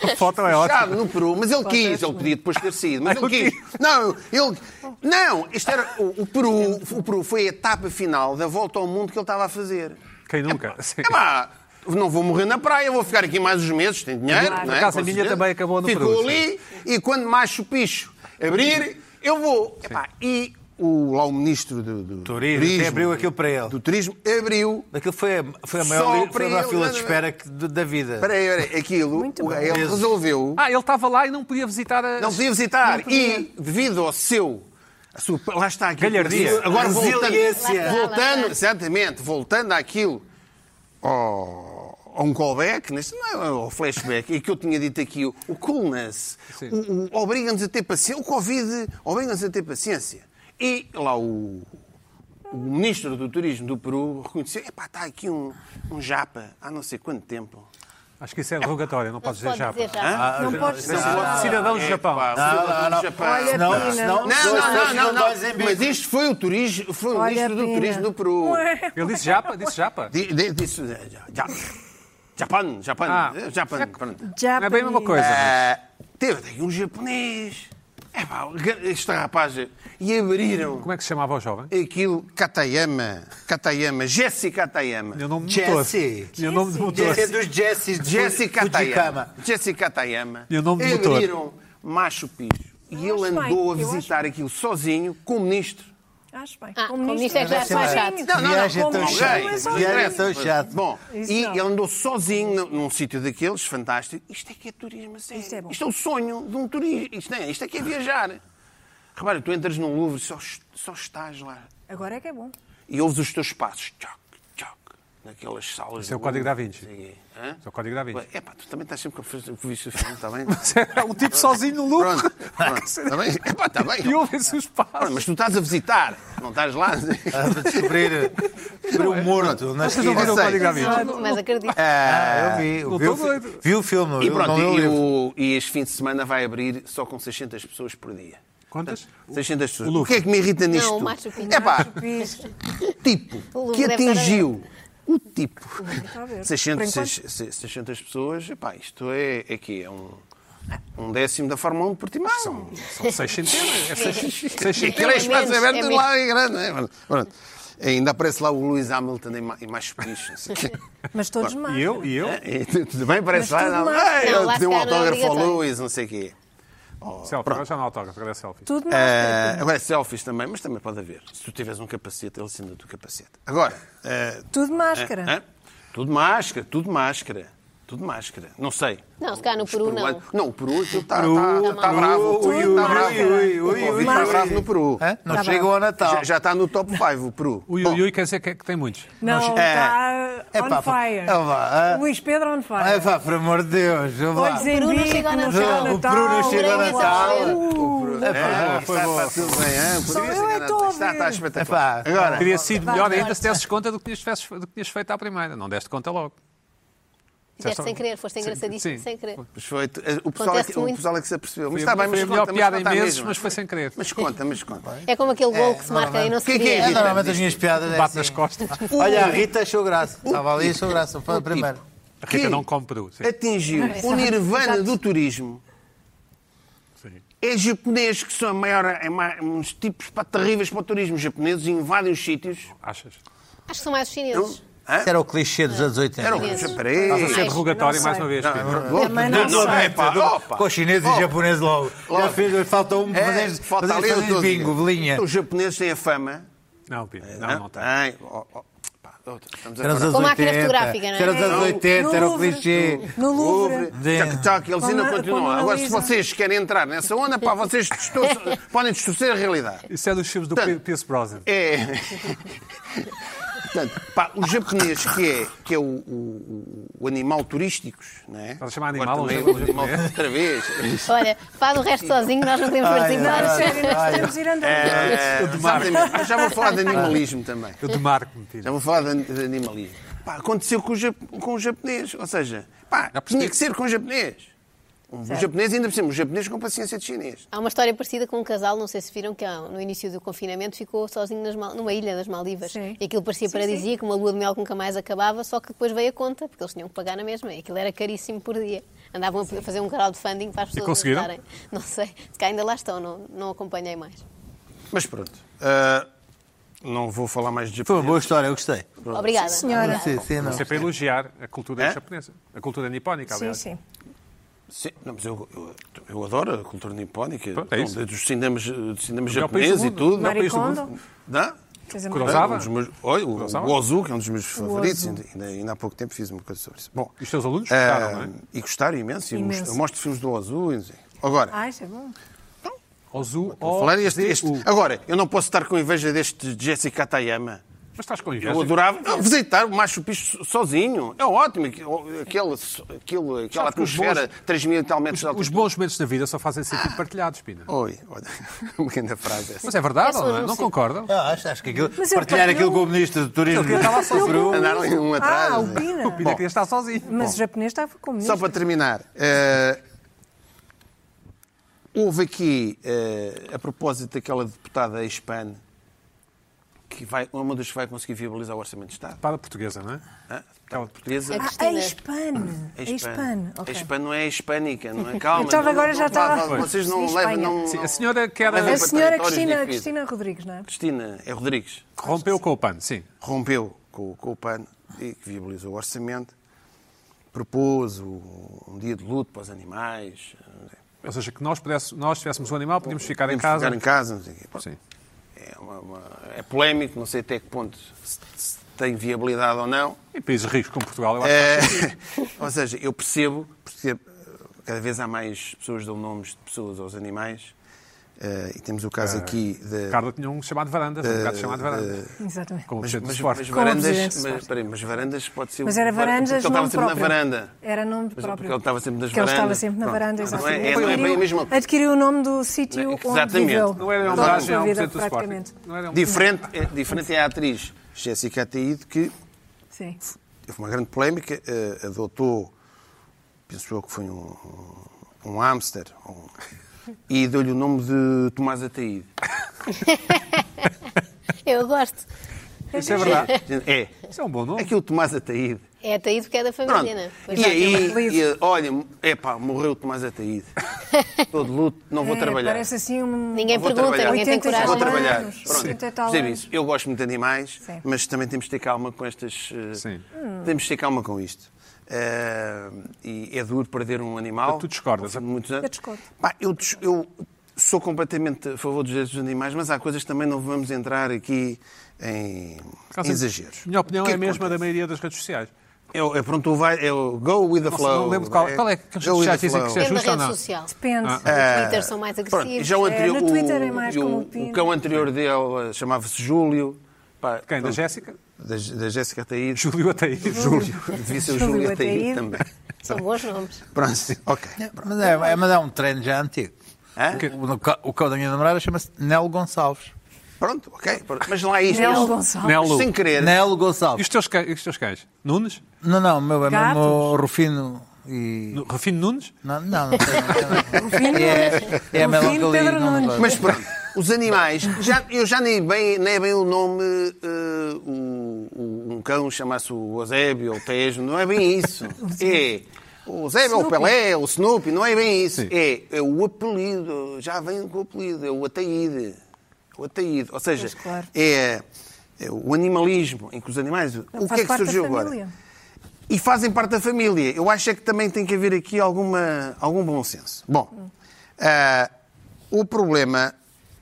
[SPEAKER 1] a foto é ótima.
[SPEAKER 2] fechado no Peru, mas ele quis, ele podia depois ter sido, mas ele quis. Não, ele. Não, isto era. O, o Peru, o Peru foi a etapa final da volta ao mundo que ele estava a fazer.
[SPEAKER 1] Quem nunca? Sim.
[SPEAKER 2] É pá, não vou morrer na praia, vou ficar aqui mais uns meses, tem dinheiro.
[SPEAKER 1] Por
[SPEAKER 2] não é?
[SPEAKER 1] acaso,
[SPEAKER 2] Com
[SPEAKER 1] a minha
[SPEAKER 2] certeza.
[SPEAKER 1] também acabou no
[SPEAKER 2] Ficou
[SPEAKER 1] Peru,
[SPEAKER 2] ali e quando Machu Picchu abrir, eu vou. Epá, e o, lá o ministro do, do
[SPEAKER 5] Turismo, até abriu aquilo para ele.
[SPEAKER 2] Do turismo, abriu.
[SPEAKER 5] Aquilo foi a, foi a
[SPEAKER 2] Só
[SPEAKER 5] maior
[SPEAKER 2] para
[SPEAKER 5] foi a maior
[SPEAKER 2] ele,
[SPEAKER 5] fila
[SPEAKER 2] não,
[SPEAKER 5] de
[SPEAKER 2] não.
[SPEAKER 5] espera que- de- da vida.
[SPEAKER 2] Espera aí, espera aí, aquilo,
[SPEAKER 4] Muito
[SPEAKER 2] o-
[SPEAKER 4] bem.
[SPEAKER 2] ele resolveu.
[SPEAKER 1] Ah, ele estava lá e não podia visitar a...
[SPEAKER 2] não podia visitar. E, devido ao seu. a sua- lá está aquilo.
[SPEAKER 1] Galhardia.
[SPEAKER 2] Agora voltando.
[SPEAKER 5] Resiliência.
[SPEAKER 2] Voltando, exatamente, voltando àquilo. Ao, a um callback, neste, não, é ao flashback, e que eu tinha dito aqui, o, o coolness,
[SPEAKER 1] Sim.
[SPEAKER 2] o- o- obriga-nos a ter paciência, o Covid obriga-nos a ter paciência. E lá o, o ministro do Turismo do Peru reconheceu, epá, está aqui um, um japa há não sei quanto tempo.
[SPEAKER 1] Acho que isso é rogatório, não podes dizer
[SPEAKER 3] Pode
[SPEAKER 1] já.
[SPEAKER 3] dizer
[SPEAKER 1] pá.
[SPEAKER 3] já.
[SPEAKER 4] Não podes
[SPEAKER 1] Cidadão-
[SPEAKER 4] ser.
[SPEAKER 1] Cidadão do Japão.
[SPEAKER 2] Ah, Epá, do
[SPEAKER 5] Não, não,
[SPEAKER 2] Japão.
[SPEAKER 5] não.
[SPEAKER 4] Olha, Pina.
[SPEAKER 5] Senão- senão-
[SPEAKER 4] Não,
[SPEAKER 5] dois,
[SPEAKER 2] Não,
[SPEAKER 5] três,
[SPEAKER 2] não, não,
[SPEAKER 5] dois
[SPEAKER 2] não.
[SPEAKER 5] em bico.
[SPEAKER 2] Mas isto foi o turismo, foi o
[SPEAKER 4] Olha a
[SPEAKER 2] ministro do
[SPEAKER 4] pena.
[SPEAKER 2] turismo do Peru.
[SPEAKER 4] Ué.
[SPEAKER 1] Ele disse japa? Disse japa?
[SPEAKER 2] Di- di- Disse. eh, ja- ja- Japão, Japão,
[SPEAKER 1] Ah.
[SPEAKER 2] eh, Japão. pronto.
[SPEAKER 1] Não é bem a mesma coisa.
[SPEAKER 2] Eh, Teve daí um japonês. É pá, este rapaz. E abriram
[SPEAKER 1] Como é que se chamava o jovem?
[SPEAKER 2] aquilo. Katayama. Katayama. Jesse Katayama.
[SPEAKER 1] Meu nome de motor.
[SPEAKER 5] Jesse.
[SPEAKER 1] Meu nome de motor.
[SPEAKER 5] Jesse é dos Jesses. de
[SPEAKER 2] Jesse Katayama.
[SPEAKER 5] Fujikama.
[SPEAKER 2] Jesse Katayama.
[SPEAKER 1] E o nome do motor?
[SPEAKER 2] Abriram Machu Picchu. E
[SPEAKER 4] Eu
[SPEAKER 2] ele
[SPEAKER 4] acho bem,
[SPEAKER 2] andou a
[SPEAKER 4] eu acho
[SPEAKER 2] visitar aquilo sozinho com o ministro.
[SPEAKER 4] Acho bem.
[SPEAKER 3] Ah, como isto é que já
[SPEAKER 5] Sim,
[SPEAKER 3] está mais
[SPEAKER 5] mas-
[SPEAKER 3] chato.
[SPEAKER 2] Não, não,
[SPEAKER 5] Viagem
[SPEAKER 2] não,
[SPEAKER 4] tão
[SPEAKER 2] com
[SPEAKER 4] chata.
[SPEAKER 2] alguém.
[SPEAKER 4] Mas olha-
[SPEAKER 5] Viagem tão chata.
[SPEAKER 2] Bom,
[SPEAKER 4] Isso
[SPEAKER 2] e
[SPEAKER 4] não.
[SPEAKER 2] ele andou sozinho num, num sítio daqueles, fantástico. Isto é que é turismo, a sério.
[SPEAKER 4] Isto é bom.
[SPEAKER 2] o sonho de um turista. Isto, não é, isto é que é viajar. Repara, tu entras num Louvre, só, es- só estás lá.
[SPEAKER 4] Agora é que é bom.
[SPEAKER 2] E ouves os teus passos. Tchoc, tchoc. Naquelas salas.
[SPEAKER 1] Isso é o
[SPEAKER 2] do
[SPEAKER 1] Código da
[SPEAKER 2] Louvre,
[SPEAKER 1] Vinci.
[SPEAKER 2] não sei o quê. Hã?
[SPEAKER 1] Isso é o Código da Vinci.
[SPEAKER 2] É pá, tu também estás sempre com o vício está tá bem?
[SPEAKER 1] É um tipo sozinho no lucro.
[SPEAKER 2] Pronto, pronto. Está bem? É pá, está bem.
[SPEAKER 1] E ouvem-se os
[SPEAKER 2] Ora,
[SPEAKER 1] passos.
[SPEAKER 2] Mas tu estás a visitar, não estás lá.
[SPEAKER 5] Ah, Para descobrir descobrir o morto. na
[SPEAKER 1] Vocês não
[SPEAKER 5] esquina.
[SPEAKER 1] viram o
[SPEAKER 2] sei.
[SPEAKER 1] Código da Vinci?
[SPEAKER 3] Mas acredito.
[SPEAKER 5] Ah, eu
[SPEAKER 1] Não
[SPEAKER 5] vi. Eu
[SPEAKER 1] estou
[SPEAKER 5] vi, o fi-
[SPEAKER 1] doido.
[SPEAKER 5] vi o filme.
[SPEAKER 2] E
[SPEAKER 5] eu não
[SPEAKER 2] pronto,
[SPEAKER 5] li o
[SPEAKER 2] e,
[SPEAKER 5] livro.
[SPEAKER 2] o- e este fim de semana vai abrir só com 600 pessoas por dia.
[SPEAKER 1] Quantas?
[SPEAKER 2] 600 pessoas.
[SPEAKER 1] Louvre.
[SPEAKER 2] O que é que me irrita nisto?
[SPEAKER 3] o Machu Picchu.
[SPEAKER 2] É pá,
[SPEAKER 4] Pista.
[SPEAKER 2] o tipo
[SPEAKER 3] O Louvre
[SPEAKER 2] que
[SPEAKER 3] deve estar
[SPEAKER 2] atingiu. O tipo.
[SPEAKER 4] está aberto.
[SPEAKER 2] 600,
[SPEAKER 4] Por
[SPEAKER 2] seis- seis- 600 pessoas, epá, isto é, é que é um, um décimo da Fórmula 1 de Portimão. São
[SPEAKER 1] São seis centenas. É seis- seis
[SPEAKER 2] aquele
[SPEAKER 1] centenas.
[SPEAKER 3] é
[SPEAKER 2] espaço
[SPEAKER 3] menos, é
[SPEAKER 2] aberto
[SPEAKER 3] menos.
[SPEAKER 2] lá em grande. não é? Pronto, pronto. Ainda aparece lá o Lewis Hamilton em Ma- em Machu Picchu. não sei o quê.
[SPEAKER 4] Mas todos mais.
[SPEAKER 1] E eu? E eu?
[SPEAKER 2] É, Tudo bem, parece
[SPEAKER 4] Mas
[SPEAKER 2] lá.
[SPEAKER 4] tudo
[SPEAKER 2] Não,
[SPEAKER 4] mais.
[SPEAKER 2] Ah,
[SPEAKER 3] Não,
[SPEAKER 2] eu
[SPEAKER 3] lá
[SPEAKER 2] te dei um
[SPEAKER 3] se calhar não é
[SPEAKER 2] autógrafo ao
[SPEAKER 3] obrigatório.
[SPEAKER 2] Lewis, não sei o quê.
[SPEAKER 1] Selfie. Agora já não há autógrafo. Agora é selfie.
[SPEAKER 4] Tudo
[SPEAKER 2] Ah,
[SPEAKER 4] mais.
[SPEAKER 2] agora, selfies também, mas também pode haver. Se tu tiveres um capacete, ele assina-te o capacete. Agora, ah,
[SPEAKER 4] Tudo máscara.
[SPEAKER 2] ah, tudo máscara, tudo máscara. Tudo máscara. Não sei.
[SPEAKER 3] Não, se calhar no
[SPEAKER 2] Os
[SPEAKER 3] Peru, não.
[SPEAKER 2] peruanos- Não, o Peru aquilo está
[SPEAKER 5] Peru,
[SPEAKER 2] tá, tá
[SPEAKER 5] Peru,
[SPEAKER 2] bravo.
[SPEAKER 5] ui,
[SPEAKER 2] Está
[SPEAKER 5] ui,
[SPEAKER 2] bravo.
[SPEAKER 5] ui, ui,
[SPEAKER 2] O
[SPEAKER 5] ui,
[SPEAKER 2] Covid está
[SPEAKER 5] ui.
[SPEAKER 2] bravo no Peru.
[SPEAKER 5] Hã? Não
[SPEAKER 4] Tá
[SPEAKER 5] chegam ao Natal.
[SPEAKER 2] Já, já está no top 5 o Peru.
[SPEAKER 1] Ui, ui, ui, quer dizer que, é que tem muitos.
[SPEAKER 4] Não,
[SPEAKER 5] É.
[SPEAKER 4] está
[SPEAKER 5] É
[SPEAKER 4] on
[SPEAKER 5] pá,
[SPEAKER 4] fire.
[SPEAKER 5] é vá, é.
[SPEAKER 4] Luís Pedro on
[SPEAKER 5] Ai,
[SPEAKER 4] fire.
[SPEAKER 5] pá, por amor de Deus. eu vá.
[SPEAKER 4] Olhos
[SPEAKER 3] O
[SPEAKER 4] em
[SPEAKER 3] Peru não
[SPEAKER 4] bico,
[SPEAKER 3] chega ao
[SPEAKER 4] não
[SPEAKER 3] Natal.
[SPEAKER 4] chega Uh, ao
[SPEAKER 5] O Peru não
[SPEAKER 4] Natal.
[SPEAKER 5] chega ao
[SPEAKER 3] Peru não
[SPEAKER 5] Natal.
[SPEAKER 3] chega ao
[SPEAKER 5] É pá,
[SPEAKER 2] Ah,
[SPEAKER 5] foi
[SPEAKER 2] está,
[SPEAKER 5] bom.
[SPEAKER 2] está tudo bem, hein?
[SPEAKER 4] Só
[SPEAKER 2] Poderia
[SPEAKER 4] eu
[SPEAKER 2] ser
[SPEAKER 4] é que estou a
[SPEAKER 2] Natal. está, está
[SPEAKER 4] ouvir.
[SPEAKER 2] espetacular.
[SPEAKER 5] Epá.
[SPEAKER 2] Agora,
[SPEAKER 1] Teria sido
[SPEAKER 4] Vai,
[SPEAKER 1] melhor
[SPEAKER 4] vai,
[SPEAKER 1] ainda se
[SPEAKER 4] vai.
[SPEAKER 1] desses conta do que tinhas, fez- do que tinhas feito à primeira. Não deste conta logo.
[SPEAKER 3] Fizeste sem
[SPEAKER 1] Disseste-
[SPEAKER 3] querer, foste
[SPEAKER 1] Sim,
[SPEAKER 3] engraçadíssimo,
[SPEAKER 1] sim.
[SPEAKER 3] sem querer.
[SPEAKER 2] pois foi, o pessoal, é
[SPEAKER 3] Acontece
[SPEAKER 2] que, o
[SPEAKER 3] muito.
[SPEAKER 2] pessoal é que se apercebeu. Mas
[SPEAKER 1] Foi
[SPEAKER 2] está
[SPEAKER 1] a-
[SPEAKER 2] bem, mas
[SPEAKER 1] foi a
[SPEAKER 2] conta,
[SPEAKER 1] melhor
[SPEAKER 2] mas
[SPEAKER 1] piada em
[SPEAKER 2] conta à
[SPEAKER 1] meses,
[SPEAKER 2] mesma.
[SPEAKER 1] mas foi sem querer.
[SPEAKER 2] Mas conta, mas conta.
[SPEAKER 3] É como aquele gol
[SPEAKER 5] É,
[SPEAKER 3] que se marca e não se
[SPEAKER 2] Que é que
[SPEAKER 3] queria.
[SPEAKER 5] É,
[SPEAKER 2] Rita,
[SPEAKER 5] normalmente
[SPEAKER 2] diz
[SPEAKER 5] as minhas piadas é
[SPEAKER 1] Bate
[SPEAKER 5] assim.
[SPEAKER 1] nas costas. A
[SPEAKER 5] Olha, a Rita achou graça. Estava ali e achou graça. Foi a primeira.
[SPEAKER 1] Rita não come peru. Sim.
[SPEAKER 2] atingiu o nirvana do turismo.
[SPEAKER 1] Sim.
[SPEAKER 2] É japonês que são a maior, é ma- uns tipos pá, terríveis para o turismo. Os japoneses invadem os sítios.
[SPEAKER 1] Achas?
[SPEAKER 3] Acho que são mais os chineses.
[SPEAKER 2] Hã?
[SPEAKER 5] Isso era o clichê dos anos 80.
[SPEAKER 2] Era um...
[SPEAKER 3] Chineses.
[SPEAKER 2] Espera
[SPEAKER 1] Estás a
[SPEAKER 2] aí.
[SPEAKER 1] ser é derrogatório
[SPEAKER 4] não
[SPEAKER 1] mais
[SPEAKER 4] sei.
[SPEAKER 1] uma vez.
[SPEAKER 2] Não,
[SPEAKER 1] Pedro.
[SPEAKER 2] não,
[SPEAKER 4] Também não
[SPEAKER 2] não,
[SPEAKER 4] sei.
[SPEAKER 2] é pá, opa. Oh.
[SPEAKER 5] Com os chineses e japoneses logo. Já fez, falta um para
[SPEAKER 2] É,
[SPEAKER 5] fazer,
[SPEAKER 2] falta ali
[SPEAKER 5] fazer,
[SPEAKER 2] o
[SPEAKER 5] fazer
[SPEAKER 2] todo.
[SPEAKER 5] bingo, bolinha.
[SPEAKER 2] Os japoneses têm a fama. né?
[SPEAKER 1] Não,
[SPEAKER 2] É,
[SPEAKER 1] Pedro. Não, não está.
[SPEAKER 2] Ai, ó, ó, pá, ó, estamos a
[SPEAKER 5] Era os
[SPEAKER 2] falar-
[SPEAKER 5] anos
[SPEAKER 3] Com máquina
[SPEAKER 5] 80.
[SPEAKER 3] fotográfica, não é?
[SPEAKER 5] Era os anos
[SPEAKER 2] Não.
[SPEAKER 5] 80, era o
[SPEAKER 4] Louvre.
[SPEAKER 5] clichê.
[SPEAKER 4] No Louvre.
[SPEAKER 2] Louvre, tac, tac, eles
[SPEAKER 4] Com
[SPEAKER 2] ainda
[SPEAKER 4] a-
[SPEAKER 2] continuam.
[SPEAKER 4] com a Mona
[SPEAKER 2] Agora, se
[SPEAKER 4] Lisa.
[SPEAKER 2] vocês querem entrar nessa onda, pá, vocês distorcem- podem distorcer a realidade.
[SPEAKER 1] Isso é dos filmes do
[SPEAKER 2] Portanto,
[SPEAKER 1] Pierce Brosnan.
[SPEAKER 2] É. Portanto, pá, o japonês, que é, que é o, o- o animal turístico, não é?
[SPEAKER 1] Estás a chamar animal,
[SPEAKER 2] Agora
[SPEAKER 1] um
[SPEAKER 2] também é
[SPEAKER 1] japonês?
[SPEAKER 2] outra vez.
[SPEAKER 3] Olha, faz o resto sozinho, nós não temos
[SPEAKER 5] ai,
[SPEAKER 3] participar.
[SPEAKER 5] ai.
[SPEAKER 4] Sério, nós temos de ir andando.
[SPEAKER 2] É, exatamente. Mas já vou falar de animalismo também.
[SPEAKER 1] Eu demarco-me,
[SPEAKER 2] Já
[SPEAKER 1] Pedro.
[SPEAKER 2] vou falar de, de animalismo. Pá, aconteceu com o, jap- com o japonês. Ou seja, pá,
[SPEAKER 1] percebi.
[SPEAKER 2] tinha que ser com o japonês. Um japonês, ainda por cima, um japonês com paciência de chinês.
[SPEAKER 3] Há uma história parecida com um casal, não sei se viram, que há- no início do confinamento ficou sozinho nas Mal- numa ilha das Maldivas.
[SPEAKER 4] Sim.
[SPEAKER 3] E aquilo parecia
[SPEAKER 4] Sim,
[SPEAKER 3] paradisíaco, uma lua de mel que nunca mais acabava, só que depois veio a conta, porque eles tinham que pagar na mesma. E aquilo era caríssimo por dia. Andavam a fazer um crowdfunding para as pessoas
[SPEAKER 1] conseguiram?
[SPEAKER 3] ajudarem. Não sei, se cá ainda lá estão, não, não acompanhei mais.
[SPEAKER 2] Mas pronto. ah, não vou falar mais de
[SPEAKER 5] Foi
[SPEAKER 2] japonês.
[SPEAKER 5] uma boa história, eu gostei.
[SPEAKER 3] Obrigada.
[SPEAKER 4] senhora.
[SPEAKER 5] Sim, sim, não.
[SPEAKER 1] Isso é para elogiar a cultura
[SPEAKER 2] É?
[SPEAKER 1] japonesa. A cultura nipónica,
[SPEAKER 4] Sim,
[SPEAKER 1] aliás.
[SPEAKER 4] sim.
[SPEAKER 2] Sim, não, mas eu, eu, eu adoro a cultura nipónica,
[SPEAKER 1] Pronto, é isso.
[SPEAKER 2] Então, dos cinemas, dos cinemas
[SPEAKER 1] melhor país do
[SPEAKER 2] japoneses Tipo e
[SPEAKER 1] mundo.
[SPEAKER 2] tudo.
[SPEAKER 1] Melhor país do
[SPEAKER 4] Maricondo.
[SPEAKER 1] mundo.
[SPEAKER 2] Não?
[SPEAKER 4] Fez a-
[SPEAKER 1] Kurosawa. Kurosawa?
[SPEAKER 2] Um dos meus- olha, o,
[SPEAKER 1] Kurosawa?
[SPEAKER 2] o Ozu, que é um dos meus favoritos,
[SPEAKER 4] Ozu.
[SPEAKER 2] ainda, ainda- ainda há pouco tempo fiz uma coisa sobre isso. Bom,
[SPEAKER 1] E os teus alunos
[SPEAKER 2] ah,
[SPEAKER 1] gostaram, não é?
[SPEAKER 2] E gostaram imenso. e
[SPEAKER 4] Imenso.
[SPEAKER 2] mos- Eu mostro filmes do Ozu. e não sei. Agora,
[SPEAKER 4] Ah, isso é bom.
[SPEAKER 1] Ozu,
[SPEAKER 2] vou
[SPEAKER 1] o
[SPEAKER 2] falar este,
[SPEAKER 1] Z,
[SPEAKER 2] este-
[SPEAKER 1] U.
[SPEAKER 2] agora, eu não posso estar com inveja deste Jessica Tayama.
[SPEAKER 1] Mas estás com
[SPEAKER 2] Eu
[SPEAKER 1] inveja.
[SPEAKER 2] adorava eu visitar o Machu Picchu sozinho. É ótimo. aquele- aquele- aquele- aquela
[SPEAKER 1] Sabe que os
[SPEAKER 2] atmosfera,
[SPEAKER 1] bons-
[SPEAKER 2] 3 mil e tal metros tipo de
[SPEAKER 1] Os
[SPEAKER 2] altitude.
[SPEAKER 1] bons momentos da vida só fazem sentido partilhados, Pina.
[SPEAKER 2] Oi, olha, uma grande frase essa.
[SPEAKER 1] Mas é verdade,
[SPEAKER 3] Esse
[SPEAKER 1] ou não? é? Não
[SPEAKER 3] anúncio.
[SPEAKER 1] concordam?
[SPEAKER 5] Não, acho, acho que aquilo,
[SPEAKER 4] Mas eu
[SPEAKER 5] partilhar
[SPEAKER 4] partilho-
[SPEAKER 5] aquilo com o Ministro do Turismo
[SPEAKER 1] Eu estava só-
[SPEAKER 5] Peru,
[SPEAKER 2] Andaram em um atrás.
[SPEAKER 4] Ah, o Pina.
[SPEAKER 1] O Pina queria estar sozinho.
[SPEAKER 4] Mas o japonês estava com
[SPEAKER 2] Só
[SPEAKER 4] medo.
[SPEAKER 2] para terminar, eh, houve aqui, eh, a propósito daquela deputada hispana, que vai, uma das que vai conseguir viabilizar o Orçamento de Estado.
[SPEAKER 1] Para a portuguesa, não é?
[SPEAKER 2] Hã?
[SPEAKER 1] Aquela portuguesa.
[SPEAKER 2] Portuguesa.
[SPEAKER 3] É
[SPEAKER 4] Ah, a hispano. A
[SPEAKER 2] É hispana.
[SPEAKER 4] hispano. ok.
[SPEAKER 2] É hispana, não é hispânica, não é? Calma.
[SPEAKER 4] Então
[SPEAKER 2] não-
[SPEAKER 4] agora
[SPEAKER 2] não-
[SPEAKER 4] já
[SPEAKER 2] não-
[SPEAKER 4] estava-
[SPEAKER 2] vá- vá- Vocês não
[SPEAKER 4] Sim,
[SPEAKER 2] levam.
[SPEAKER 4] Espanha.
[SPEAKER 2] Não,
[SPEAKER 1] Sim,
[SPEAKER 2] não-
[SPEAKER 1] a senhora que era-
[SPEAKER 2] levem
[SPEAKER 4] A
[SPEAKER 2] para
[SPEAKER 4] senhora
[SPEAKER 2] territórios
[SPEAKER 4] Cristina,
[SPEAKER 2] difíceis.
[SPEAKER 4] Cristina Rodrigues, não é?
[SPEAKER 2] Cristina é Rodrigues.
[SPEAKER 1] Rompeu com o pano, sim.
[SPEAKER 2] rompeu com, com o PAN e que viabilizou o orçamento, propôs o- um dia de luto para os animais, eh,
[SPEAKER 1] Ou seja, que nós, pudesse, nós tivéssemos um animal, podíamos ficar em
[SPEAKER 2] podemos
[SPEAKER 1] casa.
[SPEAKER 2] ficar em casa, não sei o quê. Pô,
[SPEAKER 1] Sim.
[SPEAKER 2] É, uma- uma- é polémico, não sei até que ponto se, se tem viabilidade ou não.
[SPEAKER 1] Em países ricos como Portugal, eu acho
[SPEAKER 2] É, ou seja, eu percebo, percebo, eh, cada vez há mais pessoas que dão nomes de pessoas aos animais, eh, e temos o caso aqui
[SPEAKER 1] que
[SPEAKER 2] de...
[SPEAKER 1] Carla tinha um chamado varanda, um bocado chamado varanda.
[SPEAKER 4] Exatamente.
[SPEAKER 1] Com um o
[SPEAKER 2] É, Mas,
[SPEAKER 1] presidente do
[SPEAKER 2] mas,
[SPEAKER 1] Sport.
[SPEAKER 2] mas
[SPEAKER 4] Com a
[SPEAKER 2] varandas,
[SPEAKER 4] presidência.
[SPEAKER 2] mas, peraí, mas varandas pode ser...
[SPEAKER 4] Mas
[SPEAKER 2] o-
[SPEAKER 4] era
[SPEAKER 2] porque
[SPEAKER 4] varandas
[SPEAKER 2] ele estava
[SPEAKER 4] nome
[SPEAKER 2] sempre
[SPEAKER 4] próprio.
[SPEAKER 2] na varanda.
[SPEAKER 4] Era nome
[SPEAKER 2] Mas é
[SPEAKER 4] próprio.
[SPEAKER 2] porque ele estava sempre nas
[SPEAKER 4] Porque ele estava
[SPEAKER 2] varandas.
[SPEAKER 4] sempre na
[SPEAKER 2] Pronto. Não
[SPEAKER 4] varanda,
[SPEAKER 2] é-
[SPEAKER 4] exatamente.
[SPEAKER 2] é- não é bem
[SPEAKER 4] Adquiriu-
[SPEAKER 2] a mesma coisa.
[SPEAKER 4] Adquiriu o nome do sítio
[SPEAKER 2] Não,
[SPEAKER 4] onde
[SPEAKER 2] exatamente. um
[SPEAKER 4] viveu.
[SPEAKER 1] Não era em
[SPEAKER 4] toda a
[SPEAKER 1] homenagem
[SPEAKER 4] sua
[SPEAKER 1] ao
[SPEAKER 4] vida,
[SPEAKER 1] presidente do
[SPEAKER 4] praticamente.
[SPEAKER 1] Sporting. Não era um...
[SPEAKER 2] Diferente, é, diferente é a atriz Jéssica Ataíde, que
[SPEAKER 4] Sim.
[SPEAKER 2] houve uma grande polémica, eh, adotou, pensou que foi um, um hamster, um- e deu-lhe o nome de Tomás Ataíde.
[SPEAKER 3] Eu gosto.
[SPEAKER 1] Isso é verdade.
[SPEAKER 2] É.
[SPEAKER 1] Isso é um bom nome.
[SPEAKER 2] Aquilo Tomás Ataíde.
[SPEAKER 3] É até aí porque é da
[SPEAKER 2] Pronto.
[SPEAKER 3] família, não é? Pois
[SPEAKER 2] E
[SPEAKER 3] é.
[SPEAKER 2] aí,
[SPEAKER 4] Livre.
[SPEAKER 2] e, olha, epá, morreu o Tomás Ataíde. Estou de luto, não vou
[SPEAKER 4] É,
[SPEAKER 2] trabalhar.
[SPEAKER 4] Parece assim um...
[SPEAKER 3] Ninguém
[SPEAKER 2] Vou
[SPEAKER 3] pergunta,
[SPEAKER 2] trabalhar.
[SPEAKER 3] ninguém tem
[SPEAKER 4] 80 e tal
[SPEAKER 2] Vou
[SPEAKER 3] coragem.
[SPEAKER 2] trabalhar.
[SPEAKER 4] anos.
[SPEAKER 2] Pronto.
[SPEAKER 4] Sim, tem tal
[SPEAKER 2] Percebe
[SPEAKER 4] anos.
[SPEAKER 2] isso? Eu gosto muito de animais,
[SPEAKER 4] Sim.
[SPEAKER 2] mas também temos de ter calma com estas. eh,
[SPEAKER 1] Sim.
[SPEAKER 2] Temos de ter calma com isto. Eh, e é duro perder um animal.
[SPEAKER 1] Portanto, tu discordas,
[SPEAKER 2] Ao fim de muitos anos.
[SPEAKER 4] Eu discordo.
[SPEAKER 2] Pá, eu, dis- eu sou completamente a favor dos direitos dos animais, mas há coisas que também não vamos entrar aqui em, em
[SPEAKER 1] Caso-
[SPEAKER 2] exageros.
[SPEAKER 1] Minha opinião
[SPEAKER 2] O que
[SPEAKER 1] é a
[SPEAKER 2] que
[SPEAKER 1] mesma da
[SPEAKER 2] acontece?
[SPEAKER 1] maioria das redes sociais.
[SPEAKER 2] É o- é pronto, o vai, é o go with the
[SPEAKER 1] Não,
[SPEAKER 2] flow.
[SPEAKER 1] não lembro qual,
[SPEAKER 2] É
[SPEAKER 1] qual é que os
[SPEAKER 2] go with
[SPEAKER 1] chats
[SPEAKER 2] the
[SPEAKER 1] dizem que
[SPEAKER 2] flow.
[SPEAKER 1] se
[SPEAKER 3] Depende
[SPEAKER 1] ajusta
[SPEAKER 3] da
[SPEAKER 1] ou
[SPEAKER 3] rede
[SPEAKER 1] não.
[SPEAKER 3] social.
[SPEAKER 4] Depende.
[SPEAKER 2] Ah,
[SPEAKER 3] Os Twitter são mais
[SPEAKER 2] Pronto,
[SPEAKER 3] agressivos.
[SPEAKER 2] e já o
[SPEAKER 4] É,
[SPEAKER 2] anterior,
[SPEAKER 4] no Twitter
[SPEAKER 2] o,
[SPEAKER 4] é mais
[SPEAKER 2] e o-
[SPEAKER 4] como o
[SPEAKER 2] o
[SPEAKER 4] Pina.
[SPEAKER 2] cão anterior dele eh, chamava-se Júlio. Pá,
[SPEAKER 1] Quem? Da
[SPEAKER 2] pronto.
[SPEAKER 1] Jéssica?
[SPEAKER 2] Da, da Jéssica Ataíde.
[SPEAKER 1] Júlio Ataíde.
[SPEAKER 2] Júlio. Devia ser o
[SPEAKER 4] Júlio
[SPEAKER 2] Júlio Ataíde
[SPEAKER 4] Ataíde.
[SPEAKER 2] também.
[SPEAKER 3] São bons nomes.
[SPEAKER 2] Pronto, ok.
[SPEAKER 5] Mas é, é- mas é um treino já antigo.
[SPEAKER 2] Hã?
[SPEAKER 5] O, o ca- o cão da minha namorada chama-se Nelo Gonçalves.
[SPEAKER 2] Pronto, ok. Pronto. Mas é lá isto.
[SPEAKER 4] Nelo
[SPEAKER 2] isto-
[SPEAKER 4] Gonçalves.
[SPEAKER 1] Nelo.
[SPEAKER 2] Sem querer.
[SPEAKER 5] Nelo
[SPEAKER 1] E
[SPEAKER 5] Gonçalves.
[SPEAKER 1] os teus, ca- e os teus cães? Nunes?
[SPEAKER 5] Não, não, meu é mesmo o
[SPEAKER 4] Gatos.
[SPEAKER 5] Rufino e.
[SPEAKER 1] Nu- Rafino Nunes?
[SPEAKER 5] Não, não, não sei. não sei, não.
[SPEAKER 4] Rufino
[SPEAKER 5] É, é a
[SPEAKER 4] Nunes. Rufino
[SPEAKER 5] melancolia.
[SPEAKER 4] Pedro
[SPEAKER 5] não me
[SPEAKER 4] Nunes.
[SPEAKER 5] gosto.
[SPEAKER 2] Mas pronto, os animais, já, eu já nem, bem, nem é bem o nome, eh, o- o- um cão chamasse o Eusébio ou o Tejo, não é bem isso. É o Eusébio, o Pelé, o Snoopy, não é bem isso.
[SPEAKER 1] Sim.
[SPEAKER 2] É, é o apelido, já vem com o apelido, é o Ataíde. É O Ataíde, ou seja,
[SPEAKER 4] Pois, claro.
[SPEAKER 2] é, é o animalismo em que os animais... o que
[SPEAKER 4] Faz
[SPEAKER 2] é que
[SPEAKER 4] parte da
[SPEAKER 2] surgiu agora?
[SPEAKER 4] família.
[SPEAKER 2] e fazem parte da família. Eu acho é que também tem que haver aqui alguma, algum bom senso. Bom, ah, o problema.